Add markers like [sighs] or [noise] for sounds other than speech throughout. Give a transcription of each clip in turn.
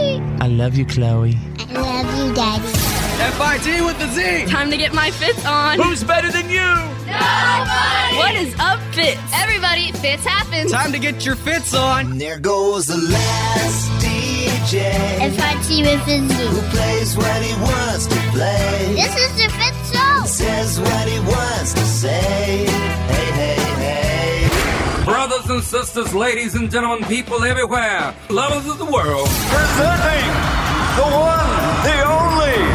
love you, Chloe. I love you, Daddy. FIT with the Z. Time to get my fits on. Who's better than you? What is up, fits? Everybody, fits happens. Time to get your fits on. There goes the last DJ If I see with who Fizzy. plays what he wants to play, This is the Fitz Show. says what he wants to say. Hey, hey, hey. Brothers and sisters, ladies and gentlemen, people everywhere, lovers of the world, Presenting the one, the only.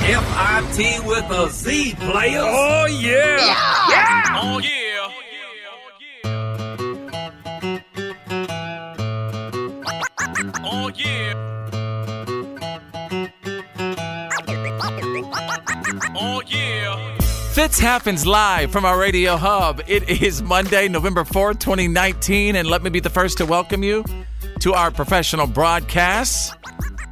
FIT with a Z players. Oh, yeah. Oh, yeah. Oh, yeah. Oh, yeah. Fitz happens live from our radio hub. It is Monday, November 4th, 2019, and let me be the first to welcome you to our professional broadcast.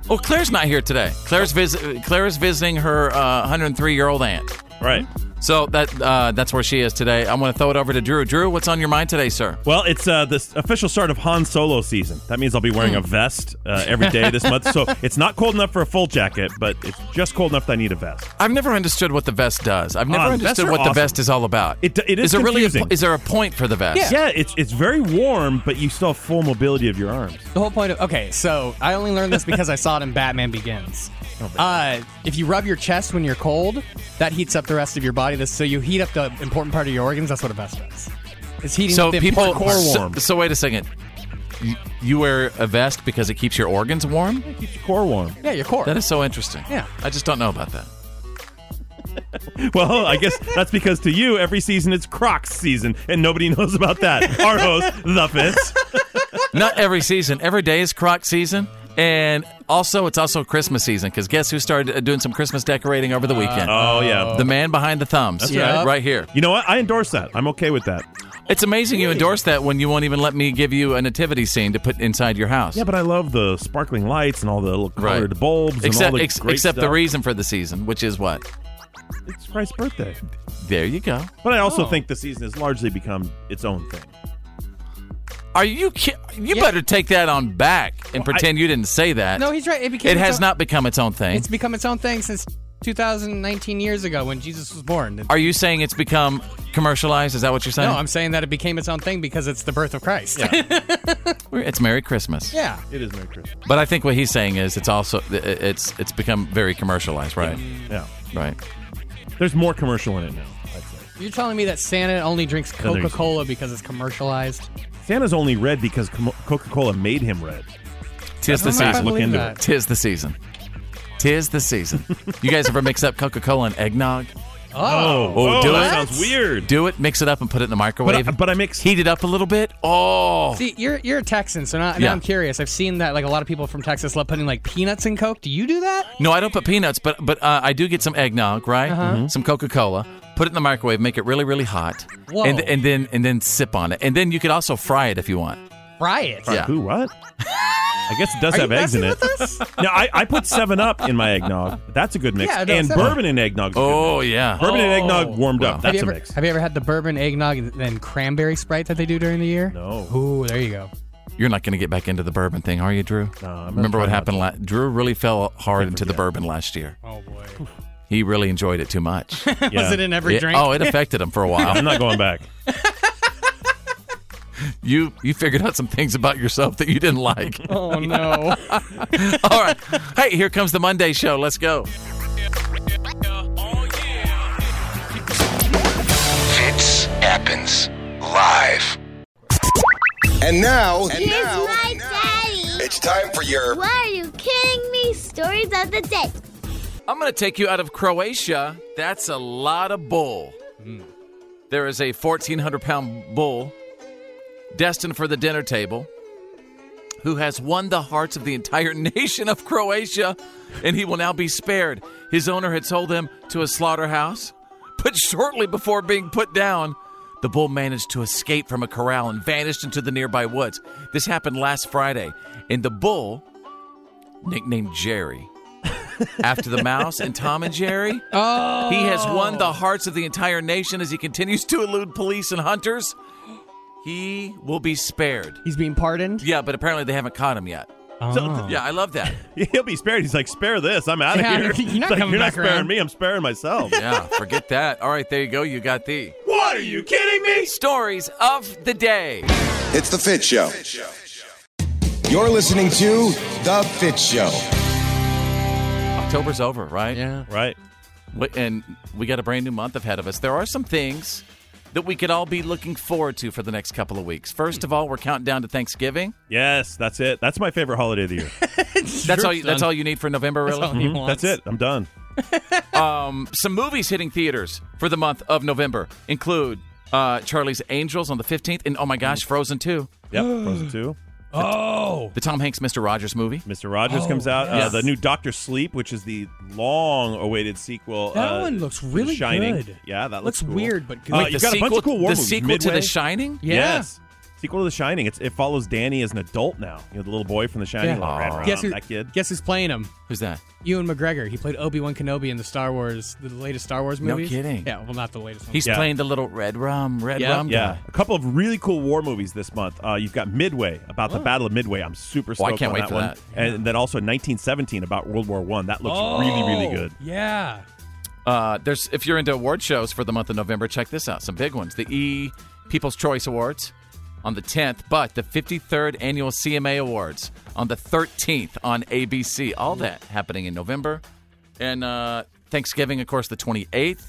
Oh, Claire's not here today. Claire's vis- Claire's visiting her uh, 103 year old aunt. Right. So that uh, that's where she is today. I want to throw it over to Drew. Drew, what's on your mind today, sir? Well, it's uh, the s- official start of Han Solo season. That means I'll be wearing a vest uh, every day this month. So it's not cold enough for a full jacket, but it's just cold enough that I need a vest. I've never understood what the vest does. I've never Ah, vests understood are what the awesome. vest is all about. It- it is there really a, confusing. po- is there a point for the vest? Yeah, it's it's very warm, but you still have full mobility of your arms. [laughs] The whole point of okay, so I only learned this because I saw it in Batman Begins. Oh, Uh, if you rub your chest when you're cold, that heats up the rest of your body. This so you heat up the important part of your organs. That's what a vest does. It's heating So up the people, important core so, warm. so wait a second. You, you wear a vest because it keeps your organs warm. It keeps your core warm. yeah, your core. That is so interesting. Yeah. I just don't know about that. Well, I guess that's because to you, every season it's Crocs season, and nobody [laughs] knows about that. Our host, The Fitz. Not every season. Every day is Croc season, and also it's also Christmas season. Because guess who started uh, doing some Christmas decorating over the weekend? Oh, yeah. the man behind the thumbs. That's right. Right here. you know what? I endorse that. I'm okay with that. It's amazing you endorse that when you won't even let me give you a nativity scene to put inside your house. Yeah, but I love the sparkling lights and all the little colored bulbs except and all the ex- great except the stuff. reason for the season, which is what? It's Christ's birthday. There you go. But I also Oh. think the season has largely become its own thing. Are you ki- You better take that on back and pretend you didn't say that. no, he's right. It, became it its has own- not become its own thing. It's become its own thing since 2019 years ago when Jesus was born. Are you saying it's become commercialized? Is that what you're saying? no, I'm saying that it became its own thing because it's the birth of Christ. Yeah. It's Merry Christmas. It is Merry Christmas. But I think what he's saying is it's also it's it's become very commercialized, right? Yeah. Right. There's more commercial in it now. I'd say. [laughs] You're telling me that Santa only drinks No, there's- Coca Cola because it's commercialized? Santa's only red because Com- Coca-Cola made him red. Tis the Season. I'm not season. Look believe into that. Tis the season. Tis the season. you guys ever mix up Coca Cola and eggnog? Oh. Oh, do that it. sounds weird. Do it, mix it up, and put it in the microwave. But I- but I mix- Heat it up a little bit. Oh, See, you're you're a Texan, so now, now Yeah. I'm curious. I've seen that like a lot of people from Texas love putting like peanuts in Coke. Do you do that? no, I don't put peanuts, but but uh, I do get some eggnog, right? Uh-huh. Mm-hmm. Some Coca Cola. Put it in the microwave, make it really really hot, Whoa. and and then and then sip on it, and then you could also fry it if you want. Fry it. Yeah. Who? [laughs] What? I guess it does Are have you eggs in messing it. [laughs] with us? No, I, I put Seven Up in my eggnog. That's a good mix. Yeah, no, and 7 Up. bourbon and eggnog. Oh yeah. Bourbon and Oh. eggnog warmed Wow. up. Have That's you, a ever, mix. have you ever had the bourbon eggnog and then cranberry sprite that they do during the year? No. Ooh, there you go. You're not going to get back into the bourbon thing, are you, Drew? No, I'm not Remember what trying happened last? Drew really fell hard into the forget. bourbon last year. Oh boy. He really enjoyed it too much. Yeah. [laughs] Was it in every It- drink? oh, it affected him for [laughs] a I'm while. not going back. you you figured out some things about yourself that you didn't like. [laughs] oh no. [laughs] All right. Hey, here comes the Monday show. Let's go. Fitz happens live. And now, Oh, and Here's now, my daddy. it's time for your Why are you kidding me? Stories of the day. I'm going to take you out of Croatia. That's a lot of bull. Hmm. There is a 1,400 pound bull destined for the dinner table who has won the hearts of the entire [laughs] nation of Croatia, and he will now be spared. His owner had sold him to a slaughterhouse, [laughs] but shortly before being put down, the bull managed to escape from a corral and vanished into the nearby woods. This happened last Friday, and the bull, nicknamed Jerry, after the mouse and Tom and Jerry. Oh. He has won the hearts of the entire nation as he continues to elude police and hunters. He will be spared. He's being pardoned. Yeah, but apparently they haven't caught him yet. So, yeah, I love that. Oh. [laughs] He'll be spared. He's like, spare this. I'm out of here. Yeah, [laughs] you're It's not like, coming you're not back sparing around." me. I'm sparing [laughs] myself. Yeah, forget that. All right, there you go. You got the What are you kidding me? stories of the day. It's The Fit Show. You're listening to The Fit Show. October's over, right? Yeah. Right. W- And we got a brand new month ahead of us. There are some things that we could all be looking forward to for the next couple of weeks. First of all, we're counting down to [laughs] Thanksgiving. Yes, that's it. That's my favorite holiday of the year. That's all. You, that's all you need for November, really. Mm-hmm. [laughs] that's it. I'm done. Um, Some movies hitting theaters for the month of November include uh, Charlie's Angels on the 15th, and oh my gosh, Frozen 2, Mm. [gasps] Yep. Frozen 2. Oh. the Tom Hanks Mr. Rogers movie. Mr. Rogers comes out. Uh, yes. the new Doctor Sleep, which is the long-awaited sequel. That uh, one looks to The really Shining. good. Yeah, that looks, Looks cool. weird, but good. Uh, Wait, the you've got a bunch sequel- of cool war The movies. sequel to Midway. The Shining. Yeah. Yes. Sequel to The Shining. It's, it follows Danny as an adult now. You know, the little boy from The Shining. Yeah. like, ran around, Guess who, that kid. Guess who's playing him? Who's that? Ewan McGregor. He played Obi Wan Kenobi in the Star Wars, the latest Star Wars No movies. kidding. Yeah, well, not the latest. One. He's Yeah. playing the little red rum, red Yeah. rum. Yeah, guy. a couple of really cool war movies this month. Uh, you've got Midway about the Battle of Midway. I'm super Oh, I stoked can't on wait that for one. that. And then also 1917 about World War One. That looks Oh. really, really good. Yeah. [gasps] Uh, there's if you're into award shows for the month of November, check this out. Some big ones: the E People's Choice Awards on the 10th, but the 53rd annual CMA Awards on the 13th on ABC. All Mm. that happening in November, and uh, Thanksgiving, of course, the 28th.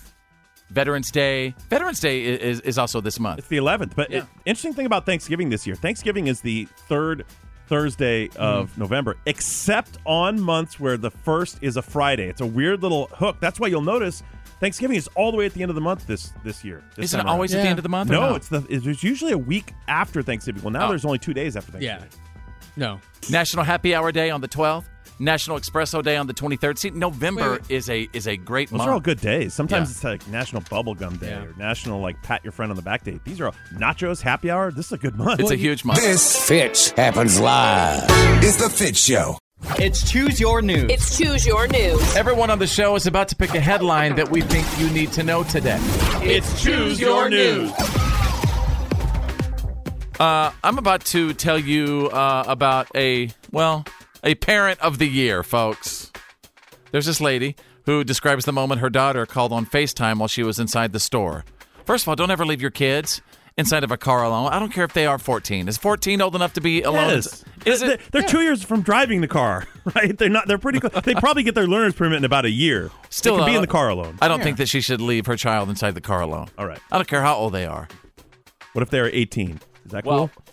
Veterans Day. Veterans Day i- is, is also this month. It's the 11th. But Yeah. it, interesting thing about Thanksgiving this year. Thanksgiving is the third Thursday of Mm. November, except on months where the first is a Friday. It's a weird little hook. That's why you'll notice Thanksgiving is all the way at the end of the month this this year. This Isn't it time around. always at the Yeah. end of the month? or No, not? it's the it's there's usually a week after Thanksgiving. Well, now Oh. there's only two days after Thanksgiving. Yeah. No. National Happy Hour Day on the 12th. National Espresso Day on the 23rd. See, November Wait, is a is a great Those month. are all good days. Sometimes Yeah. it's like National Bubblegum Day Yeah. or National like Pat Your Friend on the Back Day. These are all nachos, happy hour. This is a good month. It's a huge month. This Fit happens live. It's The Fit Show. It's Choose Your News. It's Choose Your News. Everyone on the show is about to pick a headline that we think you need to know today. it's choose Your News. Uh, I'm about to tell you uh, about a, well, a parent of the year, folks. There's this lady who describes the moment her daughter called on FaceTime while she was inside the store. First of all, don't ever leave your kids inside of a car alone. I don't care if they are 14. Is 14 old enough to be alone? Yes. Is They're, it? they're two years from driving the car, [laughs] right? They're not. They're pretty. Close. they probably get their learner's permit in about a year. Still, they can be uh, in the car alone. I don't think that she should leave her child inside the car alone. All right. I don't care how old they are. What if they're 18? Is that Well, cool?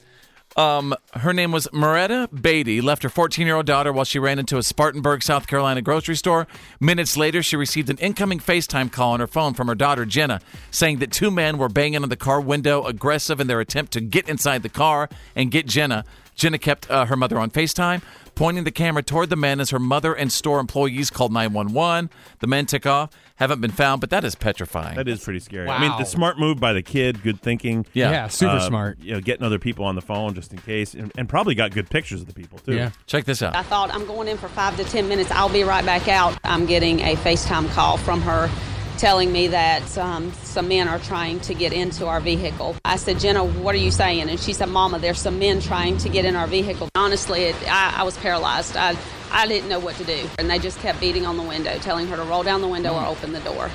um, her name was Moretta Beatty. Left her 14-year-old daughter while she ran into a Spartanburg, South Carolina grocery store. Minutes later, she received an incoming FaceTime call on her phone from her daughter Jenna, saying that two men were banging on the car window, aggressive in their attempt to get inside the car and get Jenna. Jenna kept uh, her mother on FaceTime, pointing the camera toward the men as her mother and store employees called 911. The men took off, haven't been found, but that is petrifying. That is pretty scary. I mean, Wow. the smart move by the kid, good thinking. Yeah. Yeah. super Uh, smart. You know, getting other people on the phone just in case, and, and probably got good pictures of the people too. Yeah. Check this out. I thought I'm going in for five to ten minutes. I'll be right back out. I'm getting a FaceTime call from her telling me that um, some men are trying to get into our vehicle. I said, Jenna, what are you saying? And she said, Mama, there's some men trying to get in our vehicle. Honestly, it, I, I was paralyzed. I, I didn't know what to do. And they just kept beating on the window, telling her to roll down the window or open the door.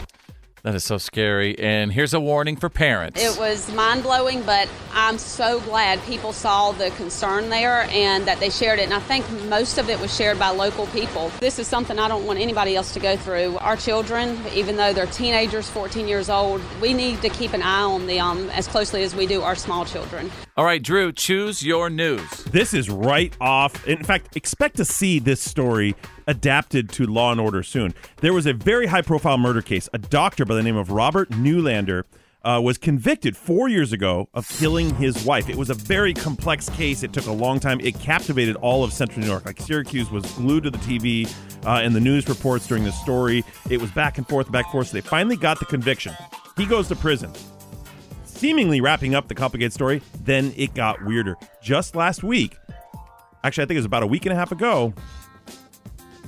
That is so scary. And here's a warning for parents. It was mind blowing, but I'm so glad people saw the concern there and that they shared it. And I think most of it was shared by local people. This is something I don't want anybody else to go through. Our children, even though they're teenagers, 14 years old, we need to keep an eye on them as closely as we do our small children. All right, Drew, choose your news. This is right off. In fact, expect to see this story adapted to Law and Order soon. There was a very high profile murder case. A doctor by the name of Robert Newlander uh, was convicted four years ago of killing his wife. It was a very complex case. It took a long time. It captivated all of Central New York. Like Syracuse was glued to the TV uh, and the news reports during the story. It was back and forth, back and forth. So they finally got the conviction. He goes to prison seemingly wrapping up the complicated story, then it got weirder. Just last week, actually, I think it was about a week and a half ago,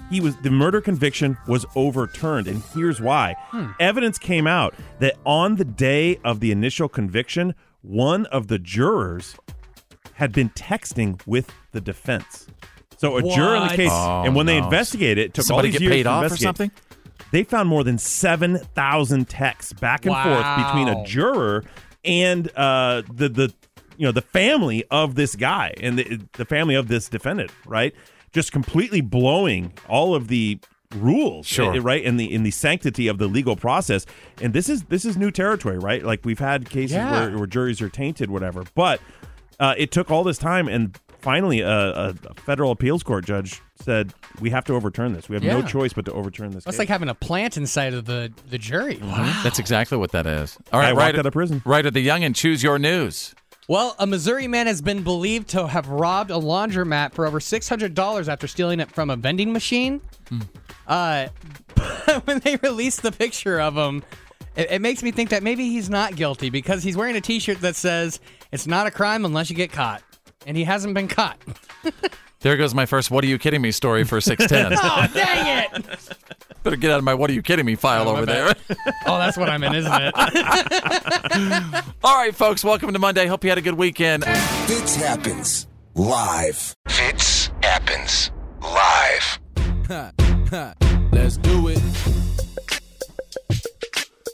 he was the murder conviction was overturned, and here's why. Hmm. Evidence came out that on the day of the initial conviction, one of the jurors had been texting with the defense. So a juror in the What? case, Oh, and when they no. investigated, it took Somebody all these get years paid to off or investigate. something? They found more than seven thousand texts back and Wow. forth between a juror and uh, the the you know the family of this guy and the, the family of this defendant, right? Just completely blowing all of the rules, Sure. eh, right? In the in the sanctity of the legal process, and this is this is new territory, right? Like we've had cases Yeah. where, where juries are tainted, whatever. But uh, it took all this time, and finally, a, a a federal appeals court judge said we have to overturn this. We have no Yeah. choice but to overturn this. That's case." like having a plant inside of the, the jury. That's exactly what that is. I All right, walked right out of prison. Right at the young and choose your news. Well, a Missouri man has been believed to have robbed a laundromat for over $600 after stealing it from a vending machine. Uh, [laughs] but when they released the picture of him, it, it makes me think that maybe he's not guilty because he's wearing a t shirt that says, It's not a crime unless you get caught. And he hasn't been caught. There goes my first "What are you kidding me?" story for [laughs] six ten. oh, dang it! Better get out of my "What are you kidding me" file Oh, my over there. bad. [laughs] Oh, that's what I'm in, isn't it? [laughs] All right, folks, welcome to Monday. Hope you had a good [laughs] weekend. Fits happens live. Fits happens live. [laughs] Let's do it.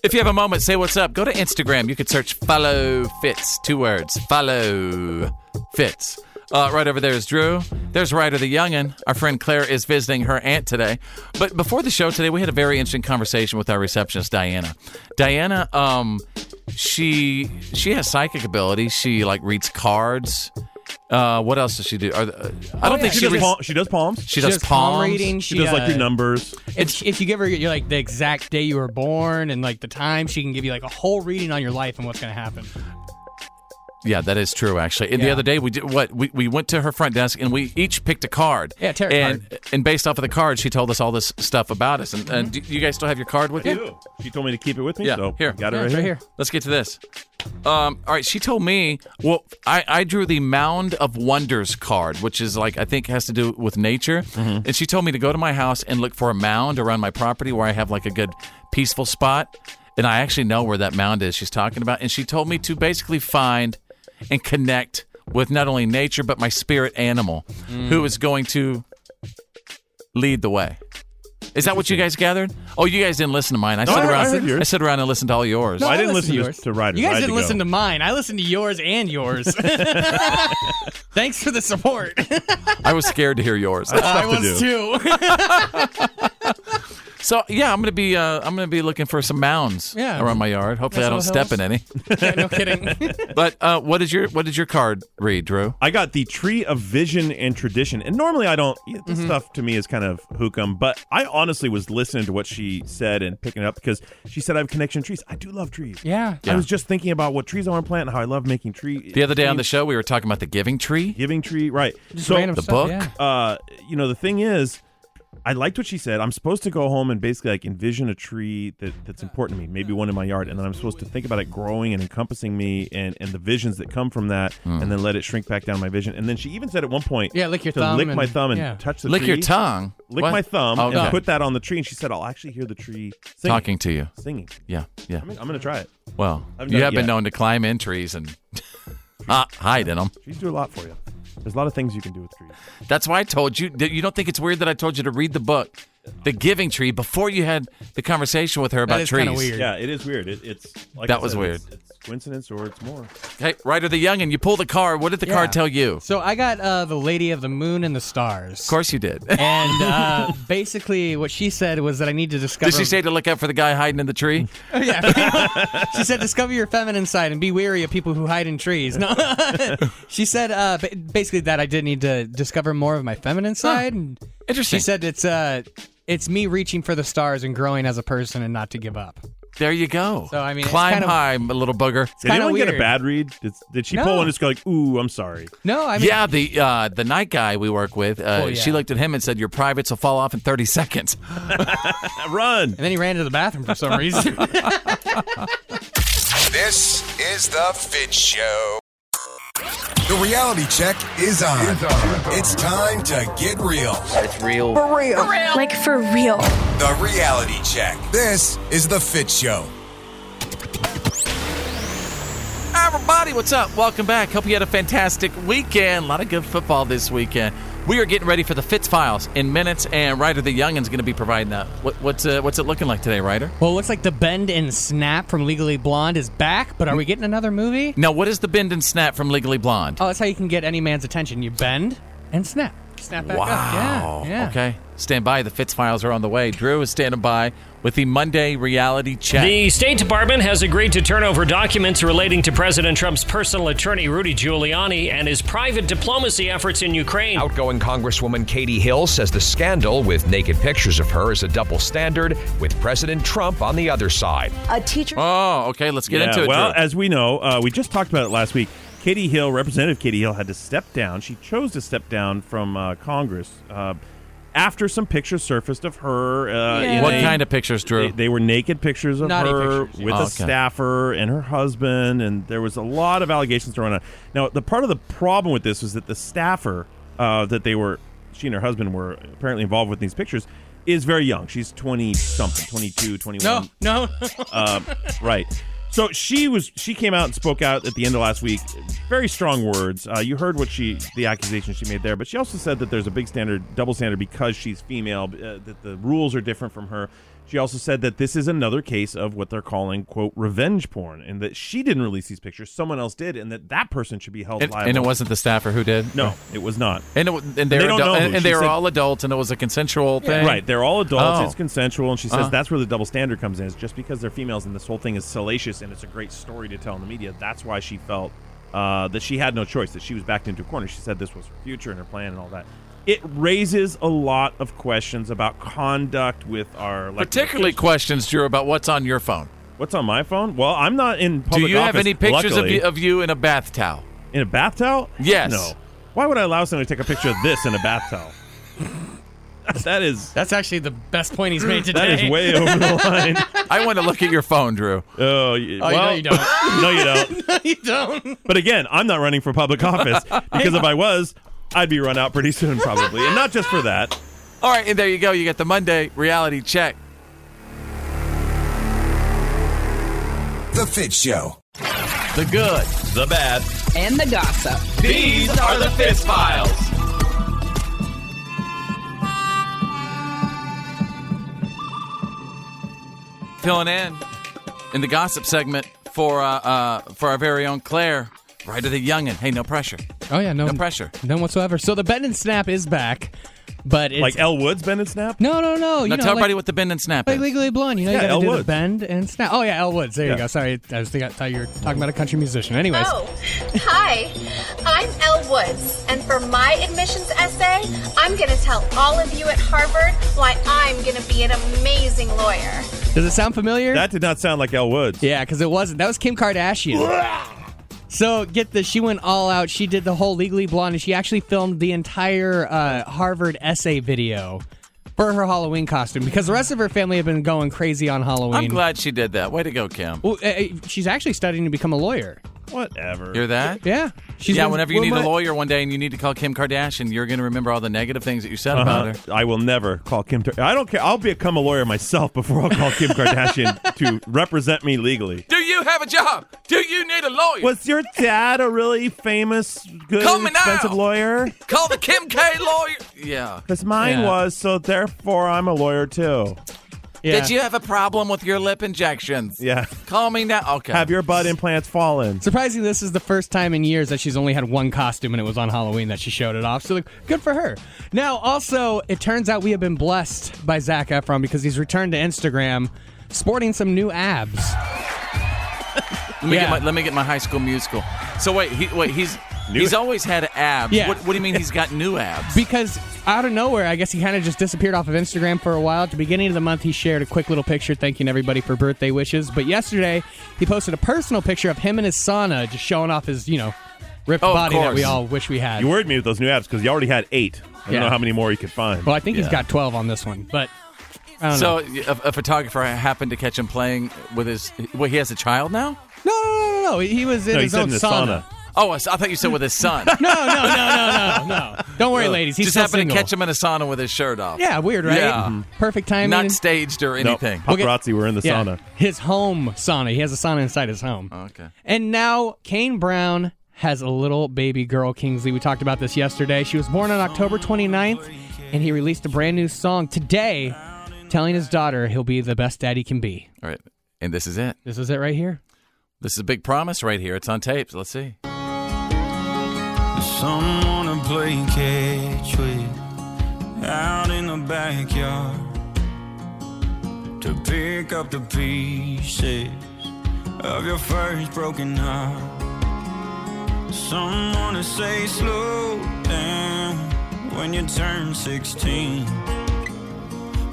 If you have a moment, say what's up. Go to Instagram. You could search follow fits. Two words. Follow fits. Uh, right over there is Drew. There's Ryder the Youngin. Our friend Claire is visiting her aunt today. But before the show today, we had a very interesting conversation with our receptionist, Diana. Diana, um, she she has psychic ability. She like reads cards. Uh, what else does she do? Are, the- uh, I don't think Oh, she, she, does reads- pal- she does palms. She does palms. reading. She, She, does like uh, the numbers. If, if you give her you're like the exact day you were born and like the time, she can give you like a whole reading on your life and what's going to happen. Yeah, that is true. Actually, and the Yeah. other day we did what we, we went to her front desk and we each picked a card. Yeah, tarot and, And based off of the card, she told us all this stuff about us. And, and do you guys still have your card with you? She told me to keep it with me. Yeah, so here. got it Yeah, right, it's right here. here. Let's get to this. Um, all right, she told me. Well, I, I drew the Mound of Wonders card, which is like I think has to do with nature. Mm-hmm. And she told me to go to my house and look for a mound around my property where I have like a good peaceful spot. And I actually know where that mound is she's talking about. And she told me to basically find and connect with not only nature but my spirit animal, Mm. who is going to lead the way. Is that what you guys gathered? Oh, you guys didn't listen to mine. I No, sit I heard- around. I heard yours. I sit around and listen to all yours. Well, I didn't listen listened to to, yours. to Ryder. You I guys had didn't go. [laughs] listen to mine. I listened to yours and yours. [laughs] Thanks for the support. I was scared to hear yours. I Stuff to was too. [laughs] So yeah, I'm gonna be uh, I'm gonna be looking for some mounds Yeah. around my yard. Hopefully, I don't Nice little step in any. Yeah, no kidding. But uh, what is your what did your card read, Drew? I got the tree of vision and tradition. And normally I don't, this Mm-hmm. stuff to me is kind of hookum, but I honestly was listening to what she said and picking it up because she said I have a connection to trees. I do love trees. Yeah. I Yeah. was just thinking about what trees I want to plant and how I love making tree. The other day on the show, we were talking about the giving tree. Giving tree, right. Just so, random the stuff, book? yeah. uh, you know, the thing is, I liked what she said. I'm supposed to go home and basically like envision a tree that, that's important to me, maybe one in my yard, and then I'm supposed to think about it growing and encompassing me and, and the visions that come from that, Hmm. and then let it shrink back down my vision. And then she even said at one point, Yeah, lick your to thumb lick and- my thumb and yeah. touch the Lick your tree, tongue. lick What? my thumb, Oh, okay. and put that on the tree. And she said, I'll actually hear the tree singing, talking to you. singing. Yeah, yeah. I'm, gonna- I'm gonna try it. Well, I've you done have it been yet. known to climb in trees and [laughs] uh, hide in them. Trees do a lot for you. There's a lot of things you can do with trees. That's why I told you. that- You don't think it's weird that I told you to read the book, The Giving Tree, before you had the conversation with her about that is trees. kind of weird. Yeah, it is weird. It, it's like That I was said, weird. It's, it's coincidence or it's more. Hey, Ryder the Young, and you pull the card. What did the Yeah. card tell you? Of So I got uh, the Lady of the Moon and the Stars. Of course you did. [laughs] And uh, basically, what she said was that I need to discover. Did she say to look out for the guy hiding in the tree? Oh, Yeah. [laughs] she said, discover your feminine side and be wary of people who hide in trees. No. [laughs] she said uh, ba- basically that I did need to discover more of my feminine side. and Interesting. She said it's uh, it's me reaching for the stars and growing as a person and not to give up. There you go. So, I mean, it's climb kind of- high, my little booger. Did kinda anyone get a weird. bad read? Did, did she pull No. one and just go like, "Ooh, I'm sorry"? No, I mean, yeah, the uh, the night guy we work with, uh, Oh, yeah. she looked at him and said, "Your privates will fall off in 30 seconds." [laughs] Run. And then he ran to the bathroom for [laughs] some reason. [laughs] [laughs] This is the Fit Show. The reality check is on. It's time to get real. Like for real. The reality check. This is the Fit Show. All everybody. What's up? Welcome back. Hope you had a fantastic weekend. A lot of good football this weekend. We are getting ready for the Fitz Files in minutes, and Ryder the Youngin's going to be providing that. What, what's uh, what's it looking like today, Ryder? Well, it looks like the bend and snap from Legally Blonde is back, but are we getting another movie? Now, what is the bend and snap from Legally Blonde? Oh, that's how you can get any man's attention. You bend and snap. Snap back Wow. up. Yeah, yeah. Oh, Okay. Stand by. The Fitz Files are on the way. Drew is standing by with the Monday reality check. The State Department has agreed to turn over documents relating to President Trump's personal attorney, Rudy Giuliani, and his private diplomacy efforts in Ukraine. Outgoing Congresswoman Katie Hill says the scandal with naked pictures of her is a double standard, with [laughs] President Trump on the other side. A teacher. Oh, okay. Let's get Yeah, into it. Well, Drew. as we know, uh, we just talked about it last week. Katie Hill, Representative Katie Hill, had to step down. She chose to step down from uh, Congress uh, after some pictures surfaced of her. Uh, Yeah. in What a- kind of pictures, Drew? They, they were naked pictures of Naughty her pictures, yeah. with a Okay. staffer and her husband, and there was a lot of allegations thrown on. Now, the part of the problem with this was that the staffer uh, that they were, she and her husband were apparently involved with in these pictures, is very young. She's twenty something, 22, 21 No, no. [laughs] um, right. So she was. She came out and spoke out at the end of last week. Very strong words. Uh, you heard what she, the accusation she made there, but she also said that there's a big standard, double standard, because she's female. Uh, that the rules are different from her. She also said that this is another case of what they're calling "quote revenge porn," and that she didn't release these pictures. Someone else did, and that that person should be held And, liable. and it wasn't the staffer who did. No, it was not. And it, and they're They don't know adult- who. and, and She they were said- all adults, and it was a consensual thing. Right. They're all adults. Oh. It's consensual. And she says Uh-huh. that's where the double standard comes in. Is just because they're females and this whole thing is salacious and it's a great story to tell in the media. That's why she felt uh, that she had no choice, that she was backed into a corner. She said this was her future and her plan and all that. It raises a lot of questions about conduct with our. elected Particularly officials. questions, Drew, about what's on your phone. What's on my phone? Well, I'm not in public Do you have office, any pictures of luckily. you, of you in a bath towel? In a bath towel? Yes. No. Why would I allow someone to take a picture of this in a bath towel? that is. That's actually the best point he's made today. [gasps] That is way over [laughs] the line. I want to look at your phone, Drew. Oh, well, Oh, you know you [laughs] don't. no, you don't. no, you don't. But again, I'm not running for public [laughs] office because if I was, I'd be run out pretty soon, probably, and not just for that. All right, and there you go. You got the Monday reality check. The Fit Show. The good, the bad. And the gossip. These are the Fitz Files. filling in in the gossip segment for uh, uh, for our very own Claire, right to the youngin. Hey, no pressure. Oh yeah, no, No pressure. none whatsoever. So the bend and snap is back, but it's, Like El Woods, Ben and Snap. no, no, no. You now know, tell everybody like, what the bend and snap like is. Legally Blonde. You know, Yeah, you gotta Elle do Woods. the bend and snap. Oh yeah, El Woods. There Yeah. you go. Sorry, I was thinking, I thought you were talking about a country musician. Anyways, Oh, hi. I'm Elle Woods, and for my admissions essay, I'm going to tell all of you at Harvard why I'm going to be an amazing lawyer. does it sound familiar? That did not sound like El Woods. Yeah, because it wasn't. That was Kim Kardashian. So get this, she went all out. She did the whole Legally Blonde, and she actually filmed the entire uh, Harvard essay video for her Halloween costume because the rest of her family have been going crazy on Halloween. I'm glad she did that. Way to go, Kim. Well, uh, uh, she's actually studying to become a lawyer. Whatever. Hear that? Yeah. She's yeah, been- whenever you well, need my- a lawyer one day and you need to call Kim Kardashian, you're going to remember all the negative things that you said about Uh-huh. her. I will never call Kim. Tar- I don't care. I'll become a lawyer myself before I'll call Kim Kardashian to represent me legally. Do you have a job? Do you need a lawyer? Was your dad a really famous, good, Call me now. expensive lawyer? Call the Kim K lawyer. Yeah. Because mine Yeah. was, so therefore I'm a lawyer too. Did you have a problem with your lip injections? Yeah. Call me now. Okay. Have your butt implants fallen? Surprisingly, this is the first time in years that she's only had one costume, and it was on Halloween that she showed it off. So, like, good for her. Now, also, it turns out we have been blessed by Zach Efron because he's returned to Instagram sporting some new abs. let, me get my, let me get my high school musical. So wait, he, wait, he's he's always had abs. Yeah. What, what do you mean he's got new abs? Because out of nowhere, I guess he kind of just disappeared off of Instagram for a while. At the beginning of the month, he shared a quick little picture thanking everybody for birthday wishes. But yesterday, he posted a personal picture of him and his sauna just showing off his, you know, ripped Oh, of body that course. we all wish we had. You worried me with those new apps because you already had eight. I don't Yeah. know how many more you could find. Well, I think he's Yeah. got 12 on this one, but I don't so know. a, a photographer happened to catch him playing with his. Wait, he has a child now. No, no, no, no, no. He was in No, his he's own in the sauna. sauna. Oh, I s- I thought you said with his son. [laughs] no, no, no, no, no, no. Don't worry, Ugh. ladies. He's just still happened single. to catch him in a sauna Mm-hmm. with his shirt off. Yeah, weird, right? Yeah. Perfect timing. Not staged or anything. We'll get- were in the Yeah, sauna. His home sauna. He has a sauna inside his home. Oh, Okay. And now Kane Brown has a little baby girl, Kingsley. We talked about this yesterday. She was born on October 29th, and he released a brand new song today telling his daughter he'll be the best dad he can be. All right. And this is it. This is it right here. This is a big promise right here. It's on tapes. Let's see. Someone to play catch with out in the backyard to pick up the pieces of your first broken heart. Someone to say slow down when you turn 16.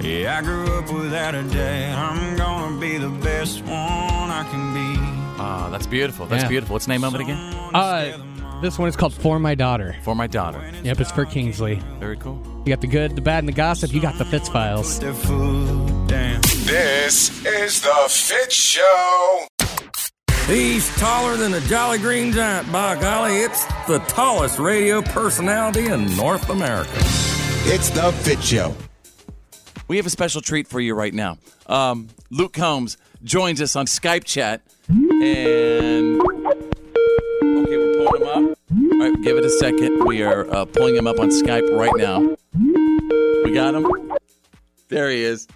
Yeah, I grew up without a dad. I'm gonna be the best one I can be. Ah, that's beautiful. That's Yeah. beautiful. What's the name of it again? Uh, this one is called For My Daughter. For My Daughter. Yep, it's for Kingsley. Very cool. You got the good, the bad, and the gossip. You got the Fitz files. This is the Fit Show. He's taller than a Jolly Green Giant. By golly, it's the tallest radio personality in North America. It's the Fit Show. We have a special treat for you right now. Um, Luke Combs joins us on Skype chat. And. Okay, we're pulling him up. All right, give it a second. We are uh, pulling him up on Skype right now. We got him. There he is.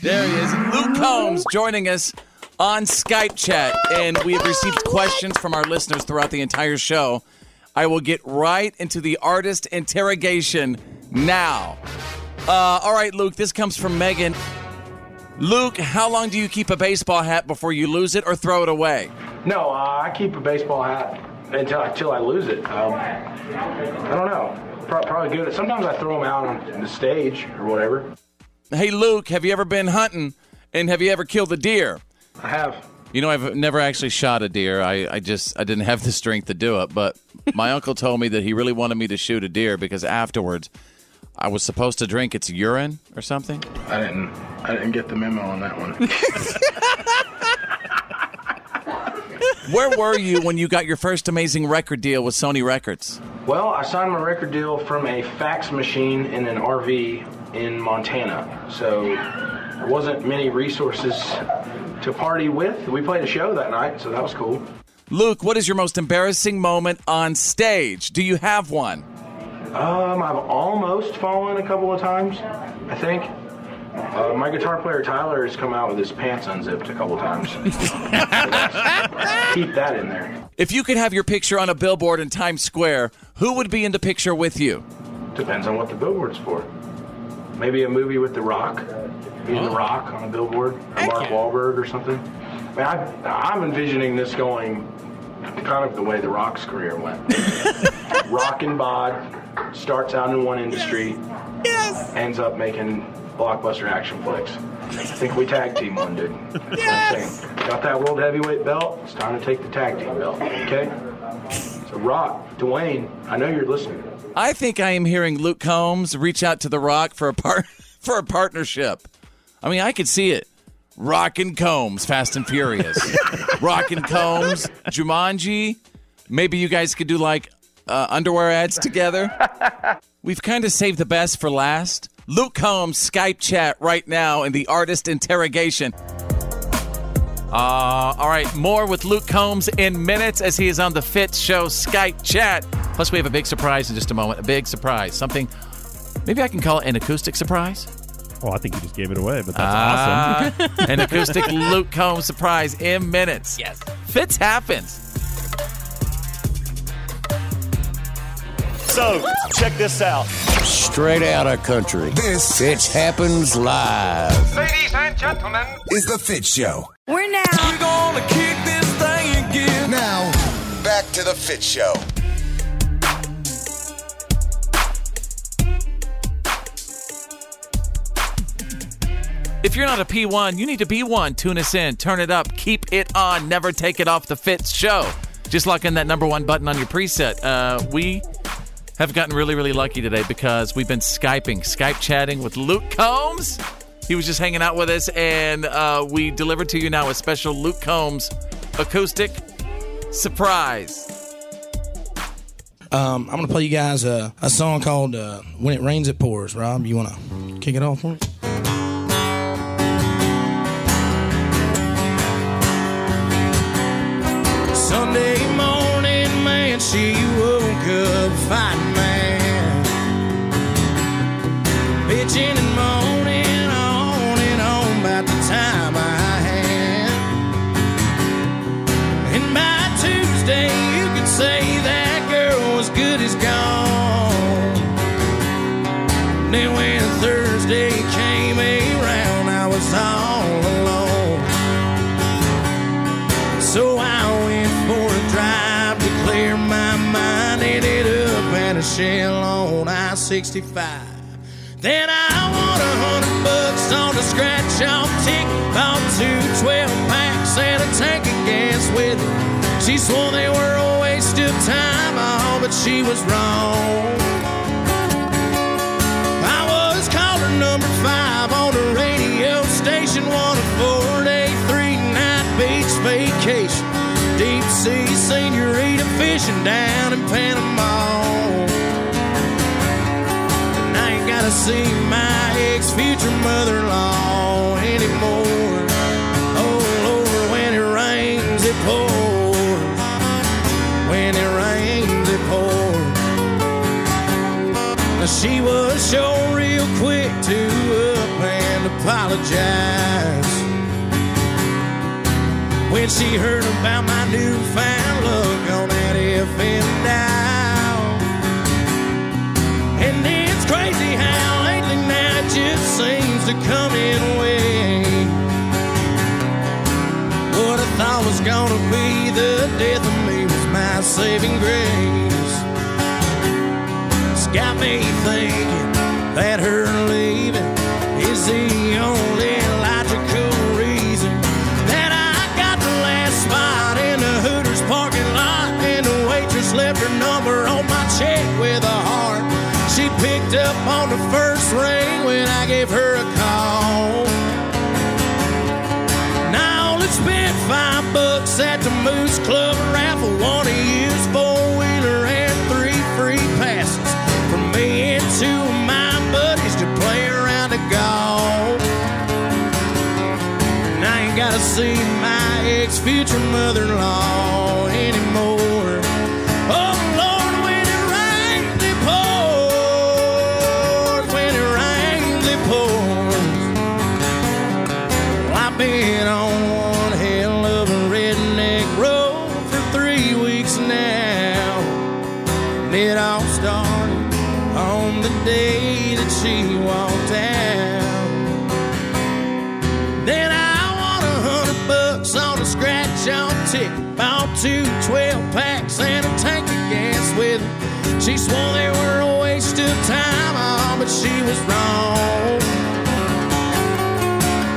There he is. Luke Combs joining us on Skype chat. And we have received questions from our listeners throughout the entire show. I will get right into the artist interrogation now. Uh, all right, Luke, this comes from Megan. Luke, how long do you keep a baseball hat before you lose it or throw it away? No, uh, I keep a baseball hat until until I lose it. Um, I don't know. Pro- probably good. Sometimes I throw them out on the stage or whatever. Hey, Luke, have you ever been hunting and have you ever killed a deer? I have. You know, I've never actually shot a deer. I, I just I didn't have the strength to do it. [laughs] But my uncle told me that he really wanted me to shoot a deer because afterwards, I was supposed to drink its urine or [laughs] something. I didn't. I didn't get the memo on that one. Where were you when you got your first amazing record deal with Sony Records? [laughs] Well, I signed my record deal from a fax machine in an RV in Montana. So there wasn't many resources to party with. We played a show that night, so that was cool. Luke, what is your most embarrassing moment on stage? Do you have one? Um, I've almost fallen a couple of times, I think. Uh, my guitar player Tyler has come out with his pants unzipped a couple times. Keep that in there. If you could have your picture on a billboard in Times Square, who would be in the picture with you? Depends on what the billboard's for. Maybe a movie with The Rock, being The Rock on a billboard, or Mark Wahlberg or something. I mean, I, I'm envisioning this going kind of the way The Rock's career went. Rock and bod starts out in one industry, ends up making blockbuster action flicks. I think we tag team one, dude. Yes. Got that world heavyweight belt. It's time to take the tag team belt. Okay. So Rock, Dwayne, I know you're listening. I think I am hearing Luke Combs reach out to The Rock for a par- [laughs] for a partnership. I mean, I could see it. Rock and Combs, Fast and [laughs] Furious. Rock and Combs, Jumanji. Maybe you guys could do like uh, underwear ads [laughs] together. We've kind of saved the best for last. Luke Combs Skype chat right now in the artist interrogation. Uh, all right, more with Luke Combs in minutes as he is on the Fit Show Skype chat. Plus, we have a big surprise in just a moment. A big surprise. Something, maybe I can call it an acoustic surprise. Well, Oh, I think you just gave it away, but that's Ah, awesome. [laughs] [laughs] an acoustic Luke Combs surprise in minutes. Yes. Fits happens. So, check this out. Straight out of country. This Fit happens live. Ladies and gentlemen, Is the Fit Show. we're now. We're gonna kick this thing again. Now, back to the Fit Show. If you're not a P1, you need to be one. Tune us in, turn it up, keep it on, never take it off the Fits show. Just lock in that number one button on your preset. Uh, we have gotten really, really lucky today because we've been Skyping, Skype chatting with Luke Combs. He was just hanging out with us, and uh, we delivered to you now a special Luke Combs acoustic surprise. Um, I'm gonna play you guys a, a song called uh, "When It Rains It Pours." Rob, you wanna kick it off for me? Sunday morning, man, she woke up fighting, man. Bitching and moaning on and on about the time I had. And by Tuesday, you could say that girl was good as gone. Then when Thursday came around, I was all alone. So I went for a drive to clear my mind. Ended up at a shell on I 65. Then I won a hundred bucks on a scratch off tick. Bought two 12 packs and a tank of gas with it. She swore they were a waste of time, oh, but she was wrong. I was caller number five on the radio station 10483 night beach vacation. Deep sea senorita fishing down in Panama. And I ain't gotta see my ex future mother in law anymore. Oh Lord, when it rains, it pours. When it rains, it pours. Now she was sure real quick to up and apologize when she heard about my newfound look on that FM dial. And it's crazy how lately now it just seems to come in way. What I thought was gonna be the death of me was my saving grace. It's got me thinking that her leaving is the only logical reason that I got the last spot in the Hooters parking lot. And the waitress left her number on my check with a heart. She picked up on the first ring when I gave her a call. Now let's spend five bucks at the Moose Club raffle. One to use four wheeler and three free passes for me and two of my buddies to play around the golf. And I ain't gotta see my ex future mother in law anymore. Oh Lord, when it rains, it pours. When it rains, it pours. Well, I've been on one hell of a redneck road for three weeks now. And it all started on the day that she walked out. Then I won a hundred bucks on a scratch on ticket. Bought two 12 packs and a tank of gas with it. She swore they were a waste of time, oh, but she was wrong.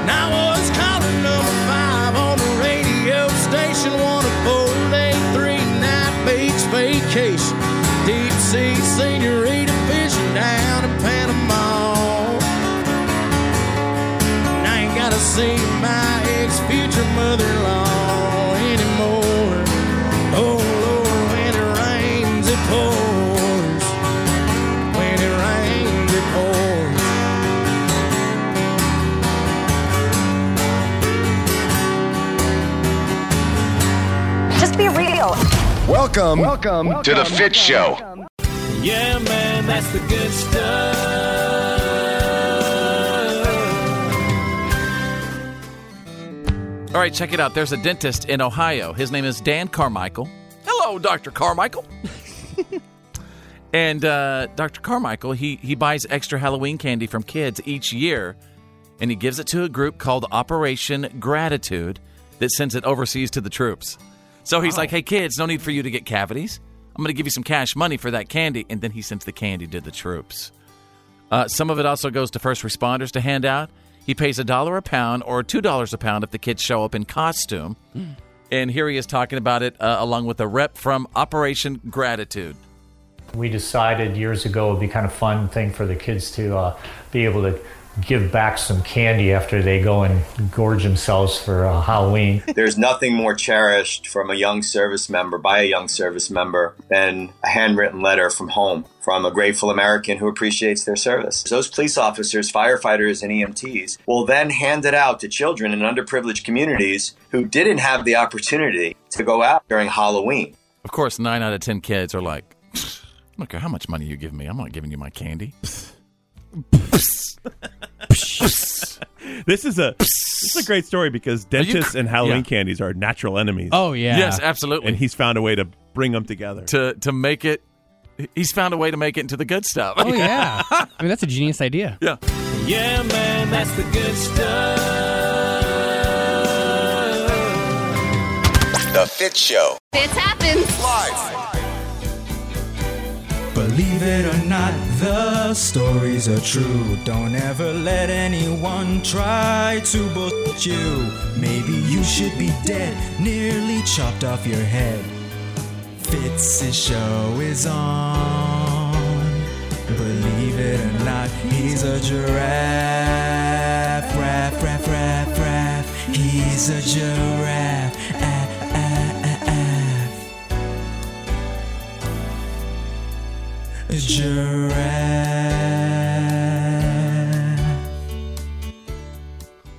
And I was calling number five on the radio station, one of four day, three night beach vacation. Deep sea senorita fishing down in Panama. And I ain't gotta see my ex future mother in law anymore. Oh Lord, when it rains, it pours. When it rains, it pours. Just be real. Welcome, welcome to the Fit Show. Yeah, man, that's the good stuff. All right, check it out. There's a dentist in Ohio. His name is Dan Carmichael. Hello, Dr. Carmichael. [laughs] and uh, Dr. Carmichael, he, he buys extra Halloween candy from kids each year, and he gives it to a group called Operation Gratitude that sends it overseas to the troops. So he's like, hey, kids, no need for you to get cavities. I'm going to give you some cash money for that candy. And then he sends the candy to the troops. Uh, some of it also goes to first responders to hand out. He pays a dollar a pound or two dollars a pound if the kids show up in costume. And here he is talking about it uh, along with a rep from Operation Gratitude. We decided years ago it would be kind of fun thing for the kids to uh, be able to give back some candy after they go and gorge themselves for uh, Halloween. [laughs] There's nothing more cherished from a young service member by a young service member than a handwritten letter from home from a grateful American who appreciates their service. Those police officers, firefighters, and EMTs will then hand it out to children in underprivileged communities who didn't have the opportunity to go out during Halloween. Of course, nine out of ten kids are like, I don't care how much money you give me, I'm not giving you my candy. this is a this is a great story because dentists and Halloween Yeah. candies are natural enemies. Oh, yeah. Yes, absolutely. And he's found a way to bring them together. to to make it, he's found a way to make it into the good stuff. Oh [laughs] yeah. I mean, that's a genius idea. Yeah. Yeah, man, that's the good stuff. The Fit Show. Fits happens. Believe it or not, the stories are true. Don't ever let anyone try to bullshit you. Maybe you should be dead, nearly chopped off your head. Fitz's show is on. Believe it or not, he's a giraffe. Raff, raff, raff, raff. He's a giraffe. Ah, ah, ah, ah. eh. A giraffe.